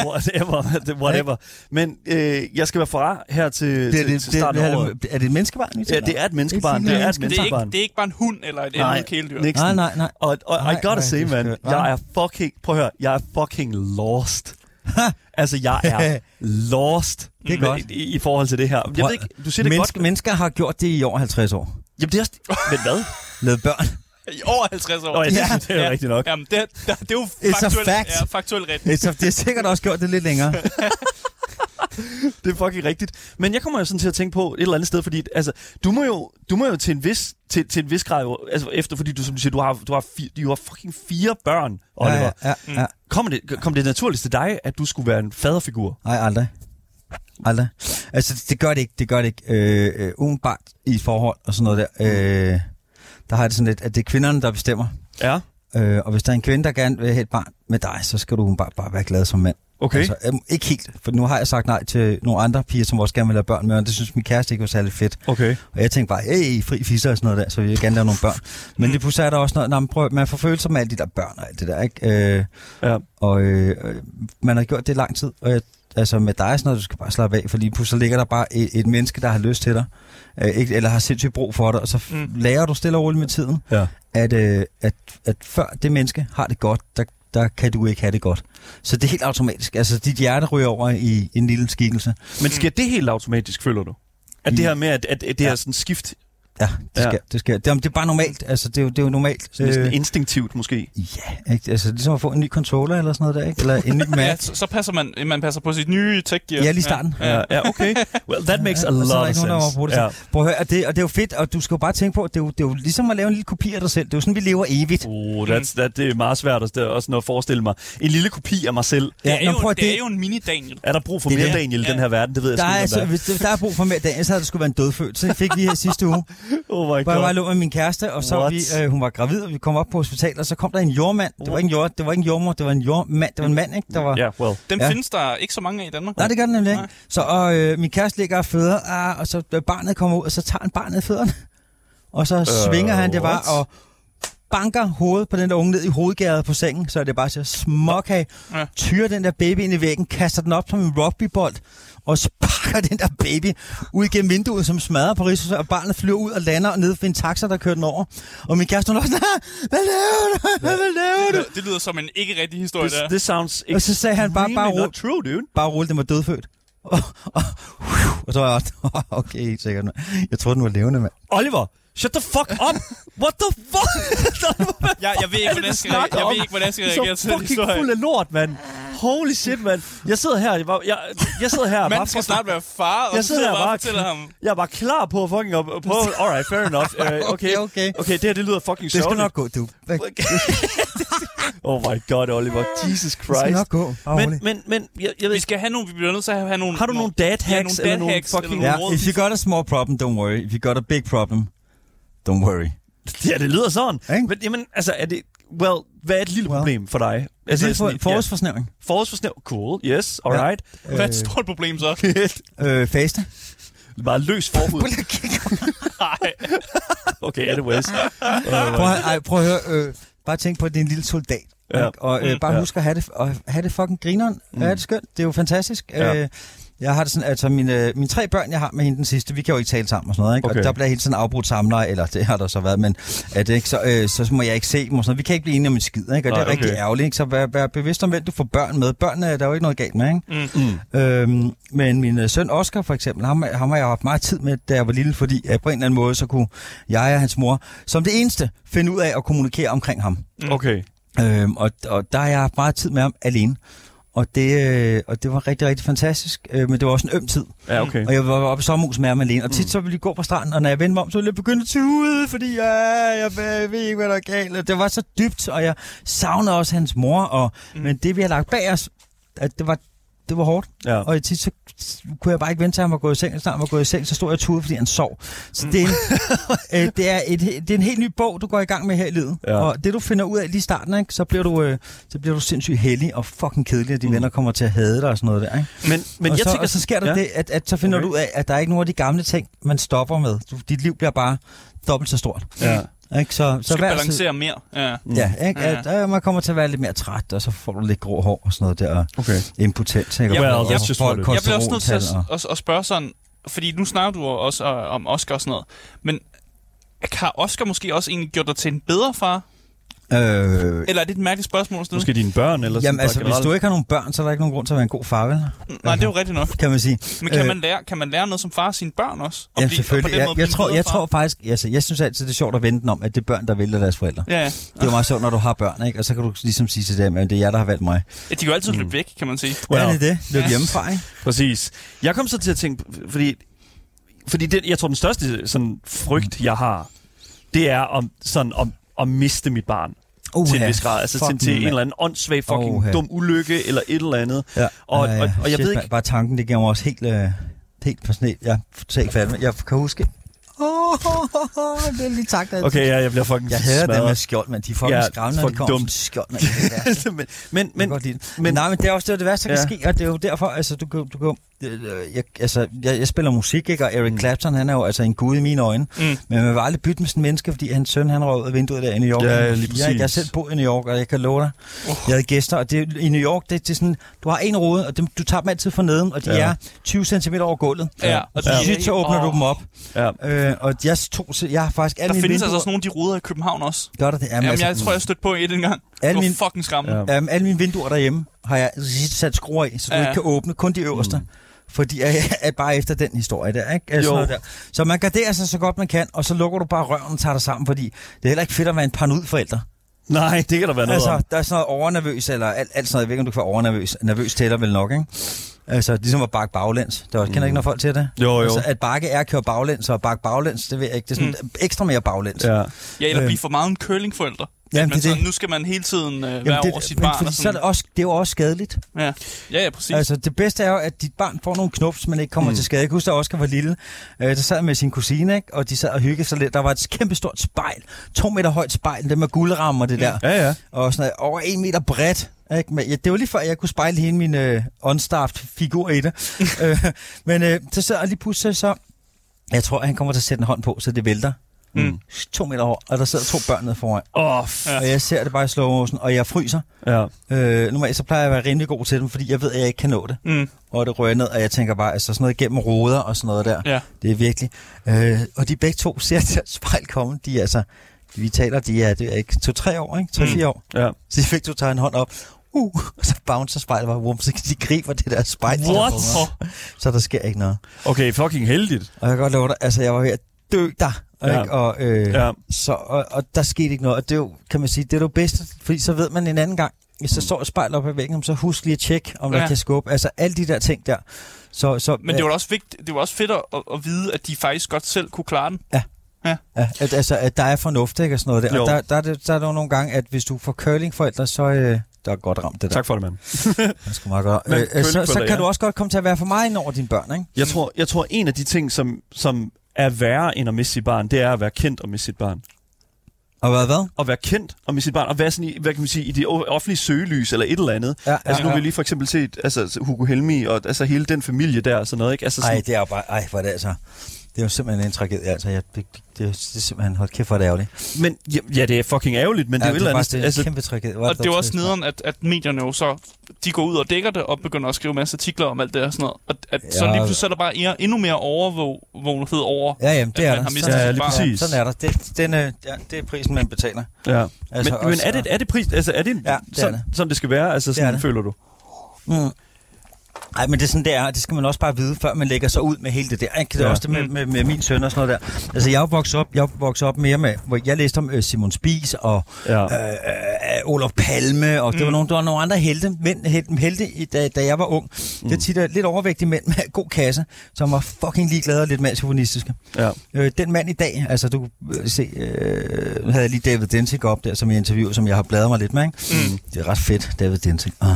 Whatever, det- whatever. Men øh, jeg skal være far her til, Det, er, til, det, til det, starten af året. det, er det et menneskebarn? I Ja, taler om? det er et menneskebarn. fint, Det er et Mm. Det er, ikke, menneskebarn. det er ikke bare en hund eller et andet kæledyr. Nixon. Nej, nej, nej. Og, og I Nej, gotta nej, say, det er man, skørt. Nej. jeg er fucking, prøv at høre, jeg er fucking lost. altså, jeg er lost Det er med- godt. I, i forhold til det her. Jeg ved ikke, du siger det Menneske, godt. Mennesker har gjort det i over 50 år. Jamen, det er også, men hvad? Lavet børn. I over 50 år. Nå, ja, det, ja, det er jo rigtigt nok. Jamen, det, det, det er jo a faktuelt, fact. ja, faktuelt rigtigt. Det er så- Det har sikkert også gjort det lidt længere. Det er fucking rigtigt. Men jeg kommer jo sådan til at tænke på et eller andet sted, fordi altså, du, må jo, du må jo til en vis, til, til en vis grad, jo, altså efter, fordi du, som du siger, du har, du har, fire, du har fucking fire børn, Oliver. Ja, ja, ja. ja, ja. Kom, det, kom det naturligt til dig, at du skulle være en faderfigur? Nej, aldrig. Aldrig. Altså, det gør det ikke. Det gør det ikke. Øh, øh, umiddelbart i et forhold og sådan noget der. Øh, der har jeg det sådan lidt, at det er kvinderne, der bestemmer. Ja. Øh, og hvis der er en kvinde, der gerne vil have et barn med dig, så skal du bare, bare være glad som mand. Okay. Altså, øhm, ikke helt, for nu har jeg sagt nej til nogle andre piger, som også gerne vil have børn med, og det synes min kæreste ikke var særlig fedt. Okay. Og jeg tænkte bare, hey, fri fisser og sådan noget der, så vi vil gerne lave nogle børn. Men Mm. det pludselig er der også noget, nej, men prøv, man får følelser med alle de der børn og alt det der, ikke? Øh, Ja. og øh, øh, man har gjort det i lang tid, og jeg, altså med dig er sådan noget, du skal bare slappe af, for lige pludselig ligger der bare et, et menneske, der har lyst til dig, øh, ikke, eller har sindssygt brug for dig, og så mm. lærer du stille og roligt med tiden, Ja. at, øh, at, at før det menneske har det godt, der, der kan du ikke have det godt. Så det er helt automatisk. Altså, dit hjerte ryger over i en lille skikkelse. Men sker det helt automatisk, føler du? At det I- her med, at, at at det Ja. her sådan skift, Ja, det Ja. sker. Det, sker. Det, er- det er bare normalt. Altså, det er jo, det er jo normalt. sådan øh. Øh, næsten instinktivt måske. ja, ikke? Altså, ligesom at få en ny controller eller sådan noget der, ikke? Eller en ny Ja, Mac. så, så passer man, man passer på sit nye tech gear. Ja, lige i starten. Ja, ja. Ja, ja, okay. Well, that makes a Og så er der lot of ikke nogen, der må sense. bruge det Ja. ja. Prøv at høre, og det, og det er jo fedt, og du skal jo bare tænke på, at det er jo, det er jo ligesom at lave en lille kopi af dig selv. Det er jo sådan, vi lever evigt. Oh, that's, that, det er meget svært at, det er også noget at forestille mig. En lille kopi af mig selv. Det, Ja, er nå, jo, prøv det, at- er jo en mini-Daniel. Er der brug for Det er mere det. Daniel i Ja. den her verden? Det ved jeg Der sgu er, ikke, altså, om der er. hvis der er brug for mere dag, så havde det skulle være en dødfødt. Så fik vi her sidste uge. Oh my Hvor jeg bare god. lå med min kæreste, og så What? vi, øh, hun var gravid, og vi kom op på hospitalet, og så kom der en jordmand. Det var ikke en, jord, det var ikke en jordmor, det var en jordmand, det var en mand, ikke? Der var... Ja, yeah, well. Dem Ja. ja. findes der ikke så mange af i Danmark. Nej, det gør den nemlig ikke. Nej. Så og, øh, min kæreste ligger og føder, ah, og så øh, barnet kommer ud, og så tager han barnet i fødderne. Og så svinger han det bare, what? og banker hovedet på den der unge ned i hovedgæret på sengen, så er det bare så smok af, Ja. tyrer den der baby ind i væggen, kaster den op som en rugbybold, og sparker den der baby ud gennem vinduet, som smadrer på Rigshuset, og barnet flyver ud og lander nede ved en taxa, der kører den over. Og min kæreste, hun er også sådan, "Ah, hvad laver du? Hvad laver du? Det, det lyder som en ikke rigtig historie, This, der. this sounds Og så sagde han bare, bare extremely ro, not true, dude. bare rulle, den var dødfødt. Og, og, og så var jeg også, okay, helt sikkert. mand. Jeg troede, den var levende, mand. Oliver, shut the fuck up. What the fuck? Jeg, jeg ved ikke, hvordan jeg skal, jeg, jeg ved ikke, hvordan jeg skal reagere til så den fucking historie. fuld af lort, mand. Holy shit, mand. Jeg sidder her, jeg, var- jeg, jeg sidder her. og bare Manden skal snart være far, og jeg så sidder her bare bare og fortæller ham. Jeg var klar på at fucking op på. Alright, fair enough. Uh, okay, okay, okay. Okay, okay. Okay, det her det lyder fucking Det skal sørgeligt. nok gå, du. Det oh my god, Oliver. Jesus skal Christ. nok gå. Men, men, men, jeg, jeg ved Vi skal have nogle, vi bliver nødt til at have nogle... Har du nogle dad hacks ja, nogle eller dad nogle hacks fucking- Ja, eller nogle råd? if you got a small problem, don't worry. If you got a big problem, don't worry. Ja, det lyder sådan. Ikke? Men jamen, altså, er det... Well, hvad er et lille well, Well. problem for dig? Altså, Altså, det er for, sådan et- forårsforsnævring. ja, forårsforsnæv. Cool, yes, alright. Hvad er et stort problem så? Mm. Øh, faste. Bare løs forhud. Okay, anyways. Uh, Prøv, at- ej, prøv at høre. Øh, bare tænk på, at det er en lille soldat. Ja. Ja. Og øh, bare Ja. husk at have det, og have det fucking grineren. Mm. Ja, det er skønt. Det er jo fantastisk. Ja. Øh, Jeg har det sådan, altså mine, mine tre børn, jeg har med hende den sidste, vi kan jo ikke tale sammen og sådan noget, ikke? Okay. Okay. Og der bliver hele tiden afbrudt samleje, eller det har der så været, men at, ikke, så, øh, så må jeg ikke se dem og sådan noget. Vi kan ikke blive enige om en skid, ikke? Og det Nej, er okay. rigtig ærgerligt, ikke? Så vær, vær bevidst om, hvem du får børn med. Børnene er der er jo ikke noget galt med, ikke? Øhm, men min øh, søn Oscar for eksempel, ham, ham har jeg haft meget tid med, da jeg var lille, fordi øh, på en eller anden måde, så kunne jeg og hans mor som det eneste finde ud af at kommunikere omkring ham. Okay. Øhm, og, og der har jeg haft meget tid med ham alene. Og det, øh, og det var rigtig, rigtig fantastisk, øh, men det var også en øm tid. Ja, okay. Og jeg var oppe i sommerhus med ham alene, og tit så ville vi gå på stranden, og når jeg vendte mig om, så ville jeg begynde at tude, fordi ja, jeg, jeg ved ikke, hvad der er galt. Og Det var så dybt, og jeg savnede også hans mor, og, mm. men det vi har lagt bag os, at det var, det var hårdt. Ja. Og i tit så kunne jeg bare ikke vente til, at han var gået i seng. Og Snart han var gået i seng, så stod jeg og tudede, fordi han sov. Så det er, en, øh, det, er et, det er en helt ny bog, du går i gang med her i livet. Ja. Og det, du finder ud af lige i starten, ikke, så, bliver du, øh, så bliver du sindssygt heldig og fucking kedelig, og dine mm. venner kommer til at hade dig og sådan noget der. Ikke? Men, men og jeg så, tænker... og så sker der ja. ja. det, at, at så finder Okay. okay. du ud af, at der er ikke nogen af de gamle ting, man stopper med. Du, dit liv bliver bare dobbelt så stort. Ja. Ikke? Så, Du så skal hver- balancere mere. Ja. Mm. Ja, ikke? Ja. At, øh, man kommer til at være lidt mere træt, og så får du lidt grå hår og sådan noget der. og Okay. Impotent, ikke? Ja, Og- well, og- that's og just folk what it is. koster Jeg bliver også nødt til at, rotal, og- at, at spørge sådan, fordi nu snakker du også øh, om Oscar og sådan noget, men har Oscar måske også egentlig gjort dig til en bedre far? Øh, Eller er det et mærkeligt spørgsmål? Sådan? Måske dine børn, eller sådan Jamen bare altså, hvis generelt? du ikke har nogen børn, så er der ikke nogen grund til at være en god far, vel? Nej, det er jo rigtigt nok. Kan man sige. Men kan, Øh, man lære, kan man lære noget som far af sine børn også? Og blive- Ja, og på selvfølgelig. den Jeg, måde blive jeg, en tror, bedre jeg far? tror faktisk, altså, jeg synes altid, det er sjovt at vente den om, at det er børn, der vælger deres forældre. Ja, ja. Det er jo meget sjovt, når du har børn, ikke? Og så kan du ligesom sige til dem, at det er jer, der har valgt mig. ja. De kan jo altid Mm. løbe væk, kan man sige. Ja, Well. det er det. Løb hjemmefra, ikke? Præcis. Jeg kom så til at tænke, fordi, fordi det, jeg tror, den største sådan, frygt, jeg har, det er om, sådan, om at miste mit barn Uha, til en vis grad. Altså til, fucking til en mand. eller anden åndssvag fucking Uha. dum ulykke eller et eller andet. Ja. Og- og- ja, og jeg Shit, ved ikke- man, Bare tanken, det giver mig også helt, øh, helt på sne. Jeg er ikke færdig med. Jeg kan huske... Åh, det er lige tak, der Okay, ja, jeg bliver fucking Jeg hader dem med smadret. skjold, mand. De er fucking Ja, ja, skræmmende, når de fucking kommer dumt. dumt. skjold, mand. Det er værst. men, men, Men, men, men- men, nej, men det er også det, er jo det værste, der kan Ja. ske, og det er jo derfor, altså, du kan, du kan øh, jeg, altså, jeg, jeg, spiller musik, ikke? og Eric Clapton, han er jo altså en gud i mine øjne, mm. men man vil aldrig bytte med sådan en menneske, fordi hans søn, han røg ud af vinduet der i New York. Ja, Han lige var fire, ikke? præcis. Jeg har selv boet i New York, og jeg kan love dig, oh. jeg havde gæster, og det, i New York, det, det er sådan, du har en rode, og dem, du tager dem altid for neden, og de Ja. ja. er 20 cm over gulvet. Ja, og og de er til sidst, så helt- åbner åh. du dem op. ja. Øh, og jeg, tog, så jeg har faktisk alle Der mine findes vinduer... altså også nogle af de ruder i København også. Gør der det? altså- Jamen, Jamen jeg tror, jeg stødte på et engang. Det Alle var mine- fucking skræmmende. Ja. Ja. Um, alle mine vinduer derhjemme har jeg sat skruer i, så du Ja. ja. ikke kan åbne, kun de øverste. Mm. Fordi jeg er bare efter den historie der, ikke? Altså Jo. noget der. Så man garderer sig så godt man kan, og så lukker du bare røven og tager dig sammen, fordi det er heller ikke fedt at være en paranoid forælder. Nej, det kan der være noget om. Altså, der er sådan noget overnervøs, eller alt, alt sådan noget. Jeg ved ikke, om du kan være overnervøs. Nervøs tæller vel nok, ikke? Altså, ligesom at bakke baglæns. Der var, kender ikke, når folk til det? Jo, jo. Altså, at bakke er at køre baglæns, og bakke baglæns, det ved jeg ikke. Det er sådan mm. ekstra mere baglæns. Ja. ja, eller Øh. blive for meget en curlingforælder. Jamen, At man det er sådan, det. Nu skal man hele tiden øh, være Jamen, over sit men barn. fordi Og så er det, sådan. også, det er jo også skadeligt. Ja. ja, ja, præcis. Altså, det bedste er jo, at dit barn får nogle knups, men ikke kommer mm. til skade. Jeg kan huske, da Oscar var lille, øh, der sad jeg med sin kusine, ikke? og de sad og hyggede sig lidt. Der var et kæmpestort spejl, to meter højt spejl, det med guldrammer, det der. Ja, ja. Og sådan noget, over en meter bredt. Ikke? Men, ja, det var lige før, jeg kunne spejle hele min øh, unstaffed figur i det. øh, men øh, så sad jeg lige pludselig så... Jeg tror, han kommer til at sætte en hånd på, så det vælter. Mm. To meter højt, og der sidder to børn nede foran. Åh, oh, f- Og jeg ser det bare i slow motion, og jeg fryser. ja. Øh, normalt så plejer jeg at være rimelig god til dem, fordi jeg ved, at jeg ikke kan nå det. Mm. Og det rører ned, og jeg tænker bare, altså sådan noget gennem ruder og sådan noget der. Ja. Det er virkelig. Øh, og de begge to ser det her spejl komme. De er altså, vi taler, de er, det er ikke to-tre år, ikke? To-fire mm. år. ja. Så de fik to tager en hånd op. Uh, og så bouncer spejlet bare, wum, så de griber det der spejl. de har What? fået. Så der sker ikke noget. Okay, fucking heldigt. Og jeg kan godt love dig, altså jeg var ved at dø der. Ja. Ja. Ikke? Og, øh, Ja. ja. så, og, og der skete ikke noget, og det er jo, kan man sige, det er jo bedst, fordi så ved man en anden gang, hvis Mm. der står et spejl op ad væggen, så husk lige at tjekke, om ja. Ja. der kan skubbe, altså alle de der ting der. Så, så, Men det var da også, vigtigt, det var også fedt at, at- at vide, at de faktisk godt selv kunne klare den. Ja, at, altså, at der er fornuft, ikke, og sådan noget der. Jo. Og der, der, er det, der er der jo nogle gange, at hvis du får curlingforældre, så øh, der er godt ramt det der. Tak for det, mand. Det er sgu meget godt. Men Øh, øh, så, så curlingforældre, kan ja. du også godt komme til at være for meget ind over dine børn, ikke? Jeg tror, jeg tror en af de ting, som, som er værre end at miste sit barn, det er at være kendt og miste sit barn. Og hvad, hvad? at være kendt og med sit barn, og være sådan i, hvad kan man sige, i det o- offentlige søgelys eller et eller andet. Ja, ja, altså nu har ja. vi lige for eksempel set altså, Hugo Helmi og altså hele den familie der og sådan noget, ikke? Altså sådan, Ej, det er jo bare, ej, hvor er det altså. Det er jo simpelthen en tragedie. Altså, jeg, det, det, det, det er simpelthen, hold kæft, hvor er det ærgerligt. Men ja, ja, det er fucking ærgerligt, men det er jo et det eller er faktisk andet... det er en Altså, kæmpe tragedie. Hvor Og det er dog jo også trist. nederen, at, at medierne jo så, de går ud og dækker det, og begynder at skrive en masse artikler om alt det og sådan noget. Og at, så Ja. lige pludselig så er der bare er- endnu mere overvågenhed over. Ja, jamen, at det er man der. har mistet Sådan- sit Ja, lige barn. præcis. Sådan er der. Det, den, øh, ja, det er prisen, man betaler. ja. Altså, men, men også- er det, er det pris... Altså, er det, en, Ja, ja, det er sådan, det. sådan, det skal være? Altså, sådan det. føler du? Nej, Mm. men det er sådan, det er, og det skal man også bare vide, før man lægger sig ud med hele det der. Ikke? Det er Ja. også det Mm. med, med, med, min søn og sådan noget der. Altså, jeg er jo vokset op, jeg er vokset op mere med, hvor jeg læste om øh, Simon Spies og Ja. øh, øh, Olof Palme, og mm. det var nogle, der var nogle andre helte, mænd, helte, helte i- da, da, jeg var ung. Mm. Det er tit øh, lidt overvægtige mænd med god kasse, som var fucking ligeglade og lidt mansofonistiske. Ja. Øh, den mand i dag, altså du øh, se, øh, nu havde jeg lige David Dentik op der, som jeg interviewer, som jeg har bladret mig lidt med, ikke? Mm. Det er ret fedt, David Dentik. Ah.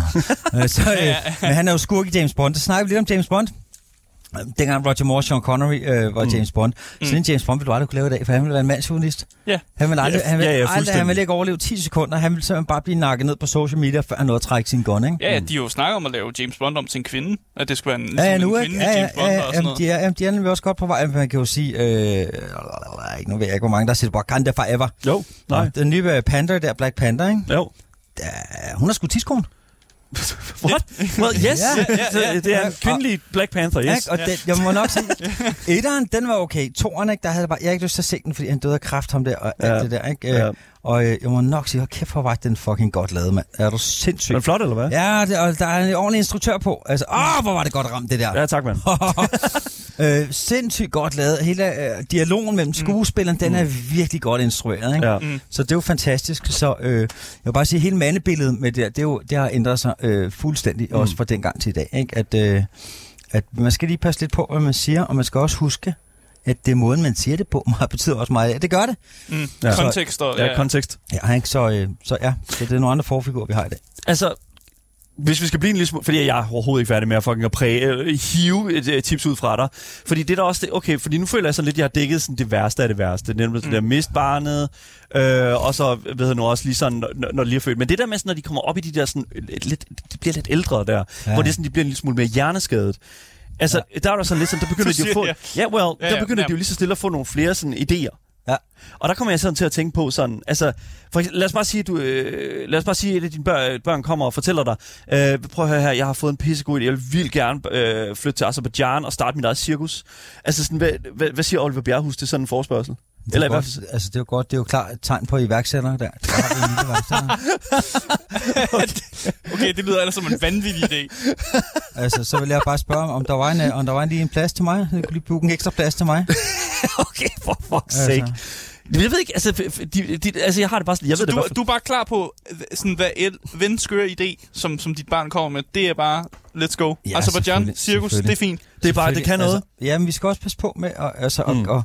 øh, så, øh, men han er jo skurk i James Bond. Så snakker vi lidt om James Bond. Øh, Dengang Roger Moore og Sean Connery øh, var mm. James Bond. Sådan en James Bond ville du aldrig kunne lave i dag, for han ville være en mandsjournalist. Ja. Han ville aldrig, Ja, han ville, ja, ja, aldrig, fuldstændig. han ville ikke overleve 10 sekunder. Han ville simpelthen bare blive nakket ned på social media, før han nåede at trække sin gun, ikke? Ja, ja, de jo snakker om at lave James Bond om til en kvinde. At det skulle være en, ligesom Ja, ja, nu, en ikke? kvinde Ja, ja, James Bond ja, og sådan jamen, noget. de er, jamen, de er nemlig også godt på vej. Man kan jo sige, øh, nu ved jeg ikke, hvor mange der siger, Wakanda Forever. Jo, nej. Nej. Den nye øh, panda der, Black Panda, ikke? Jo. Ja, hun er sgu tidskone. What? Well, yes. Ja, ja, ja, ja. Det er en Og- kvindelig Black Panther, yes. Yes. Og det, jeg må nok sige, etteren, den var okay. Toeren, ikke, der havde jeg bare, jeg havde ikke lyst til at se den, fordi han døde af kræft, ham der og alt Ja. det der. Ikke? Ja. Ja. Og øh, jeg må nok sige, hold kæft, hvor var den fucking godt lavet, mand. Er du sindssyg? Men flot, eller hvad? Ja, det, og der er en ordentlig instruktør på. Altså, åh, hvor var det godt ramt, det der. Ja, tak, mand. øh, sindssygt godt lavet. Hele øh, dialogen mellem skuespilleren, mm. den er virkelig godt instrueret. Ikke? Ja. Mm. Så det er jo fantastisk. Så øh, jeg vil bare sige, hele mandebilledet med det, der, det, er jo, det har ændret sig øh, fuldstændig, mm. også fra dengang til i dag. Ikke? At, øh, at man skal lige passe lidt på, hvad man siger, og man skal også huske, at det er måden, man siger det på, meget betyder også meget. Ja, det gør det. Mm. Ja. Kontekst og... Ja, kontekst. Ja, ikke? Så, øh, så ja, så det er nogle andre forfigurer, vi har i dag. Altså, hvis vi skal blive en lille smule... Fordi jeg er overhovedet ikke færdig med at fucking at præge, øh, hive et, øh, tips ud fra dig. Fordi det er da også... Det, okay, fordi nu føler jeg sådan lidt, at jeg har dækket sådan det værste af det værste. Nemlig mm. det der mist barnet, øh, og så ved jeg nu også lige sådan, når, når de lige er født. Men det der med sådan, når de kommer op i de der sådan... øh, Lidt, de bliver lidt ældre der, ja. Ja. hvor det er sådan, de bliver en lille smule mere hjerneskadet. Altså, ja. der er der sådan lidt sådan, der begynder Du de at få... siger, Ja, yeah, well, Ja, der ja, begynder ja. de jo lige så stille at få nogle flere sådan idéer. Ja. Og der kommer jeg sådan til at tænke på sådan, altså, for eksempel, lad os bare sige, du, øh, lad os bare sige, at et af dine børn, børn kommer og fortæller dig, øh, prøv at høre her, jeg har fået en pissegod idé, jeg vil vildt gerne øh, flytte til Azerbaijan og starte mit eget cirkus. Altså sådan, hvad, hvad, hvad siger Oliver Bjerrehus til sådan en forspørgsel? Det Eller Eller i hvert fald, godt, altså, det er jo godt, det er jo klart et tegn på iværksættere der. der har vi en lille iværksætter. Okay, det lyder ellers som en vanvittig idé. Altså, så vil jeg bare spørge, om der var en, øh, om der var en, lige en plads til mig. Jeg kunne lige booke en ekstra plads til mig. okay, for fuck's Altså. sake. Jeg ved ikke, altså, f- f- de, de, altså jeg har det bare sådan, jeg Så ved det i du, hvert fald. du er bare klar på, øh, sådan, hvad en ven skøre idé, som, som dit barn kommer med, det er bare, let's go. Ja, Ja, Azerbaijan, selvfølgelig, cirkus, det er selvfølgelig. fint. det er bare, det kan noget. Altså, ja, men vi skal også passe på med at, altså, mm. at, at,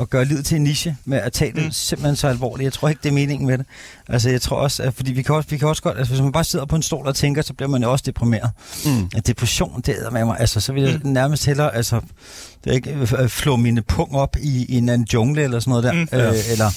at, gøre livet til en niche, med at tage det mm. simpelthen så alvorligt. Jeg tror ikke, det er meningen med det. Altså, jeg tror også, at, fordi vi kan også, vi kan også godt, altså, hvis man bare sidder på en stol og tænker, så bliver man jo også deprimeret. Mm. At depression, det æder med mig. Altså, så vil jeg mm. nærmest hellere, altså, det er ikke, øh, flå mine pung op i, i en anden jungle eller sådan noget der. Mm. Øh, Eller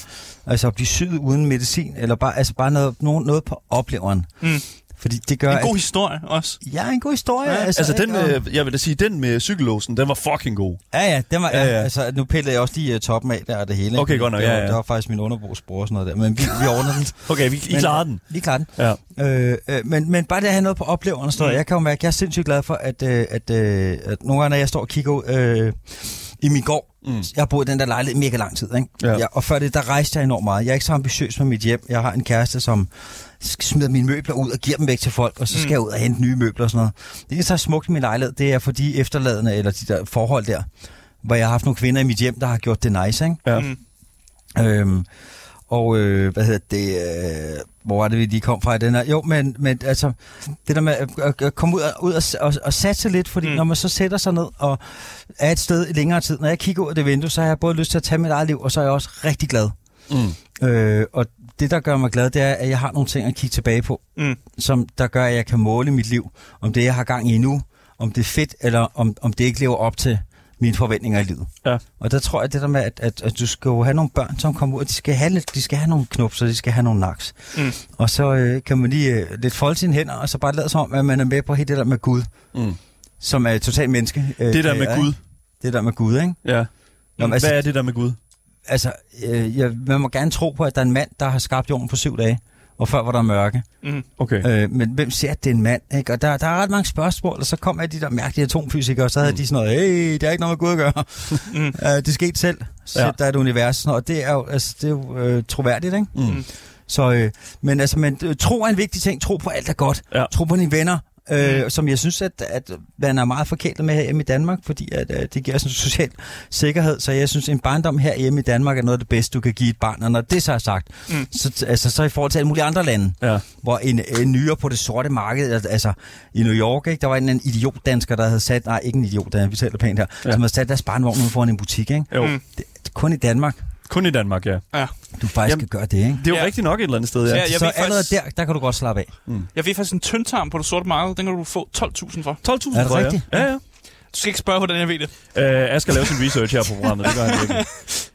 altså, at blive syet uden medicin, eller bare, altså, bare noget, noget, noget på opleveren. Mm. Fordi det gør, En god historie også. at, ja, en god historie. Ja, altså, altså den, ikke? Og- med, jeg vil da sige, den med cykellåsen, den var fucking god. Ja, ja, den var, ja, Ja, ja. ja. Altså, nu pillede jeg også lige uh, toppen af der og det hele. Okay, godt nok, Det var- ja, ja. Det var faktisk min underbrugsbror og sådan noget der, men vi, vi ordner den. Okay, vi, I Men- klarer den. Vi klarer den. Ja. Øh, øh, men, men bare det at have noget på opleveren og sådan noget. Jeg kan jo mærke, jeg er sindssygt glad for, at, øh, at, øh, at nogle gange, når jeg står og kigger ud øh, i min gård, mm. jeg har boet i den der lejlighed mega lang tid, ikke? Ja. Jeg, og før det, der rejste jeg enormt meget. Jeg er ikke så ambitiøs med mit hjem. Jeg har en kæreste, som sk- smider mine møbler ud og giver dem væk til folk, og så skal jeg ud og hente nye møbler og sådan noget. Det eneste, der er smukt i min lejlighed, det er for de efterladende, eller de der forhold der, hvor jeg har haft nogle kvinder i mit hjem, der har gjort det nice, ikke? Ja. Øhm, og øh, hvad hedder det, øh, hvor er det, vi lige kom fra i den her? Jo, men, men altså, det der med at, at- at komme ud, og, ud og, og, og satse lidt, fordi mm. når man så sætter sig ned og er et sted i længere tid, når jeg kigger ud af det vindue, så har jeg både lyst til at tage mit eget liv, og så er jeg også rigtig glad. Mm. Øh, og det, der gør mig glad, det er, at jeg har nogle ting at kigge tilbage på, Mm. som der gør, at jeg kan måle mit liv, om det, jeg har gang i nu, om det er fedt, eller om, om det ikke lever op til mine forventninger i livet. Ja. Og der tror jeg, det der med, at, at, at du skal jo have nogle børn, som kommer ud, og de skal have, lidt- de skal have nogle knupser, de skal have nogle naks. Mm. Og så øh, kan man lige øh, lidt folde sine hænder, og så bare lade som om, at man er med på helt det der med Gud, Mm. som er et totalt menneske. Øh, Det der med kræver, Gud. Ikke? Det der med Gud, ikke? Ja. Nå, men Hvad altså, er det der med Gud? altså øh, jeg, man må gerne tro på, at der er en mand, der har skabt jorden på syv dage, og før var der mørke. mm, Okay. Øh, men hvem siger, at det er en mand? Ikke? Og der, der er ret mange spørgsmål, og så kom alle de der mærkelige atomfysikere, og så havde mm. de sådan noget, hey, det er ikke noget med Gud at gøre. Mm. Mm. Øh, det skete selv, så Ja. ja. der er et univers, sådan noget, og det er jo, altså, det er jo øh, troværdigt, ikke? Mm. Så, øh, men altså, men, øh, tro er en vigtig ting, tro på alt er godt, Ja. Mm. tro på dine venner, Øh, som jeg synes, at, at man er meget forkælet med herhjemme i Danmark, fordi at, øh, det giver sådan en social sikkerhed, så jeg synes, en barndom herhjemme i Danmark er noget af det bedste, du kan give et barn, og når det så er sagt, Mm. mm. så, altså, så i forhold til alle mulige andre lande, Ja. hvor en, en nyere på det sorte marked, al- altså i New York, ikke, der var en eller anden idiot dansker, der havde sat, nej ikke en idiot, der, vi taler pænt her, Ja. ja. som havde sat deres barnevogn ude foran en butik. Ikke? Jo. Mm. Mm. Det, kun i Danmark, Kun i Danmark, ja. Ja. du faktisk Jamen. Jamen. kan gøre det. Ikke? Det er jo Ja. ja. rigtigt nok et eller andet sted, ja. Ja, jeg så ved faktisk- allerede der, der kan du godt slappe af. Jeg ved faktisk en tyndtarm på det sorte marked, den kan du få 12.000 for. 12.000 Er det tror jeg. rigtigt? Ja, ja. Du skal ikke spørge, hvordan jeg ved det. Øh, Asger laver sin research her på programmet, det gør han virkelig.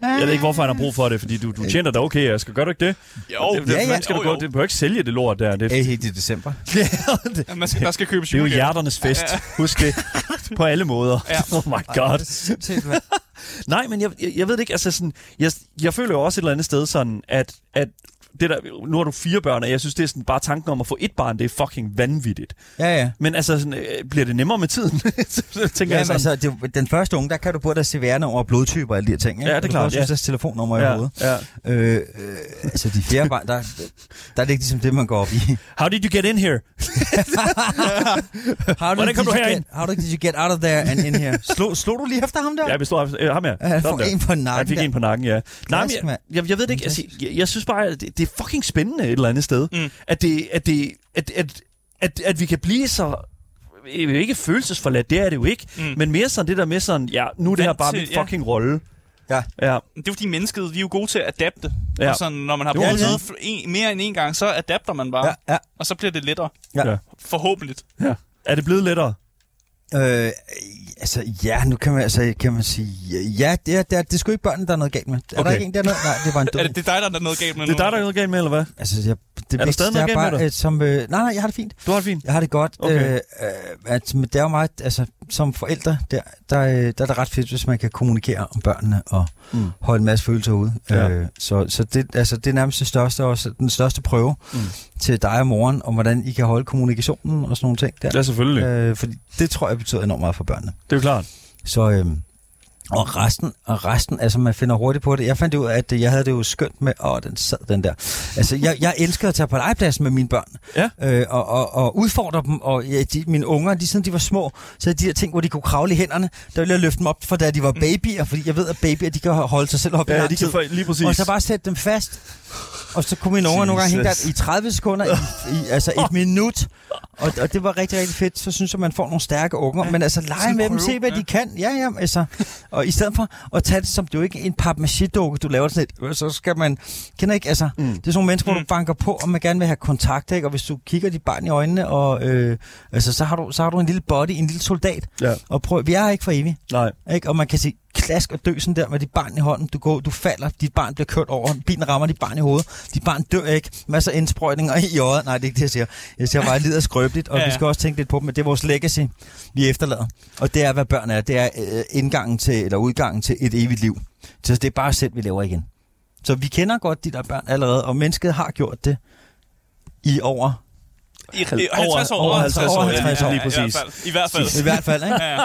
Jeg ved ikke, hvorfor han har brug for det, fordi du, du tjener dig okay, Asger. Gør du ikke det? Jo, det, det, ja, ja. Man skal Jo, jo, jo. Gå, det behøver ikke sælge det lort der. Det, Ja, helt i december. det, Ja, man skal, der skal købes det er jo julegaver. hjerternes fest. Husk det. På alle måder. Ja. Oh my god. Sindssygt, mand. Nej, men jeg, jeg, jeg ved det ikke. Altså sådan, jeg, jeg føler jo også et eller andet sted sådan, at, at det der, nu har du fire børn, og jeg synes, det er sådan bare tanken om at få et barn, det er fucking vanvittigt. ja, ja. Men altså, sådan, øh, bliver det nemmere med tiden? så tænker jeg Jamen, sådan, altså, det, den første unge, der kan du både deres CVR-nummer og blodtyper og alle de her ting. Ja, Ikke? det er Du kan klart, også ja. huske deres telefonnummer i hovedet. ja, ja. Øh, øh, altså, de fjerde barn, der, der er det ikke ligesom det, man går op i. How did you get in here? How Hvordan did kom you du get- herind? How did you get out of there and in here? Slog, slog du lige efter ham der? Ja, vi står øh, ham her. Ja, han Sådan får der. en på nakken Han fik der. en på nakken, ja. Nej, men jeg, mand. jeg, jeg ved det ikke. Altså, jeg, jeg synes bare, at det, det er fucking spændende et eller andet sted. Mm. At, det, at, det, at, at, at, at vi kan blive så øh, ikke følelsesforladt, det er det jo ikke, mm. men mere sådan det der med sådan, ja, nu er det her Vant bare til, min ja. fucking rolle. Ja. Ja, Det er jo fordi mennesket, vi er jo gode til at adapte. Ja. Ja. Og sådan, når man har Jo, prøvet ja. noget fl- en, mere end en gang, så adapter man bare. Ja, ja. Og så bliver det lettere. Ja. ja, Forhåbentlig. ja. Er det blevet lettere? Øh, altså, ja, nu kan man, altså, kan man sige, ja, det er, det er, det er sgu ikke børnene, der er noget galt med. Er Okay. der ikke en, der er noget? Nej, det var en død. Er det, det er dig, der er noget galt med Det er nu? dig, der er noget galt med, eller hvad? altså, jeg, det der stadig noget er galt med bare, dig? øh, som, øh, nej, nej, jeg har det fint. Du har det fint. Jeg har det godt. Okay. Øh, øh, at, men det er jo meget, altså, som forældre, der, der, øh, der er det ret fedt, hvis man kan kommunikere om børnene og Mm. mm. holde en masse følelser ude. Ja. Ja. Øh, så så det, altså, det er nærmest det største, også, den største prøve Mm. mm. til dig og moren, om hvordan I kan holde kommunikationen og sådan nogle ting der. Ja, selvfølgelig. Ja. Øh, fordi det tror jeg betyder enormt meget for børnene. Det er jo klart. Så, øh, og resten, og resten, altså man finder hurtigt på det. Jeg fandt ud af, at øh, jeg havde det jo skønt med, åh, den sad den der. Altså, jeg, jeg elsker at tage på legepladsen med mine børn, Ja. øh, og, og, og udfordre dem, og ja, de, mine unger, de, siden de var små, så havde de der ting, hvor de kunne kravle i hænderne, der ville jeg løfte dem op, for da de var babyer, fordi jeg ved, at babyer, de kan holde sig selv op i Mm. Ja, lang de kan tid. få, lige præcis. Og så bare sætte dem fast. Og så kunne mine unger nogle gange hænge Jesus. der i 30 sekunder, i, i, altså et minut. Og, og det var rigtig, rigtig fedt. Så synes jeg, man får nogle stærke unger. Men altså, lege Sådan med dem, prøve, se hvad ja. de kan. Ja, ja, altså. Og i stedet for at tage det som, det er jo ikke en papmaché-dukke, du laver sådan et, øh, så skal man, kender ikke, altså, mm. det er sådan nogle mennesker, hvor du banker på, og man gerne vil have kontakt, ikke? Og hvis du kigger dit barn i øjnene, og øh, altså, så har, du, så har du en lille body, en lille soldat. Ja. Og prøv, vi er her ikke for evigt. Nej. Ikke? Og man kan sige klask og dø sådan der med dit barn i hånden. Du, går, du falder, dit barn bliver kørt over, bilen rammer dit barn i hovedet. Dit barn dør ikke. Masser af indsprøjtninger i øjet. Nej, det er ikke det, jeg siger. Jeg siger bare, at lider skrøbeligt, og Ja, ja, ja. vi skal også tænke lidt på dem. Men det er vores legacy, vi efterlader. Og det er, hvad børn er. Det er øh, indgangen til, eller udgangen til et evigt liv. Så det er bare os selv, vi laver igen. Så vi kender godt de der børn allerede, og mennesket har gjort det i over. I, i 50 år. over 50 år, Ja, lige ja, ja, ja, præcis. I hvert fald. I hvert fald. I hvert fald, ikke? Ja, ja.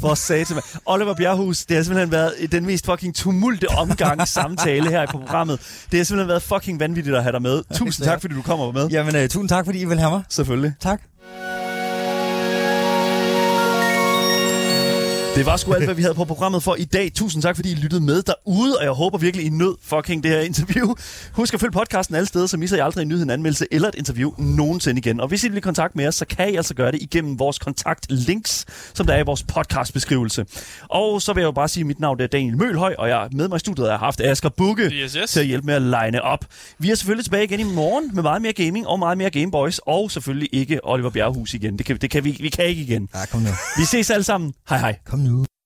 For satan, mand. Oliver Bjerghus, det har simpelthen været den mest fucking tumulte omgang samtale her i programmet. Det har simpelthen været fucking vanvittigt at have dig med. Tusind tak, fordi du kommer med. Jamen, øh, tusind tak, fordi I vil have mig. Selvfølgelig. Tak. Det var sgu alt, hvad vi havde på programmet for i dag. Tusind tak, fordi I lyttede med derude, og jeg håber virkelig, I nød fucking det her interview. Husk at følge podcasten alle steder, så misser I aldrig en nyhed, en anmeldelse eller et interview nogensinde igen. Og hvis I vil i kontakt med os, så kan I altså gøre det igennem vores kontaktlinks, som der er i vores podcastbeskrivelse. Og så vil jeg jo bare sige, at mit navn er Daniel Mølhøj, og jeg er med mig i studiet, og jeg har haft Asger Bukke Yes, yes. til at hjælpe med at line op. Vi er selvfølgelig tilbage igen i morgen med meget mere gaming og meget mere Gameboys, og selvfølgelig ikke Oliver Bjerghus igen. Det kan, det kan vi, vi kan ikke igen. Ja, kom nu. Vi ses alle sammen. Hej hej. Kom nu.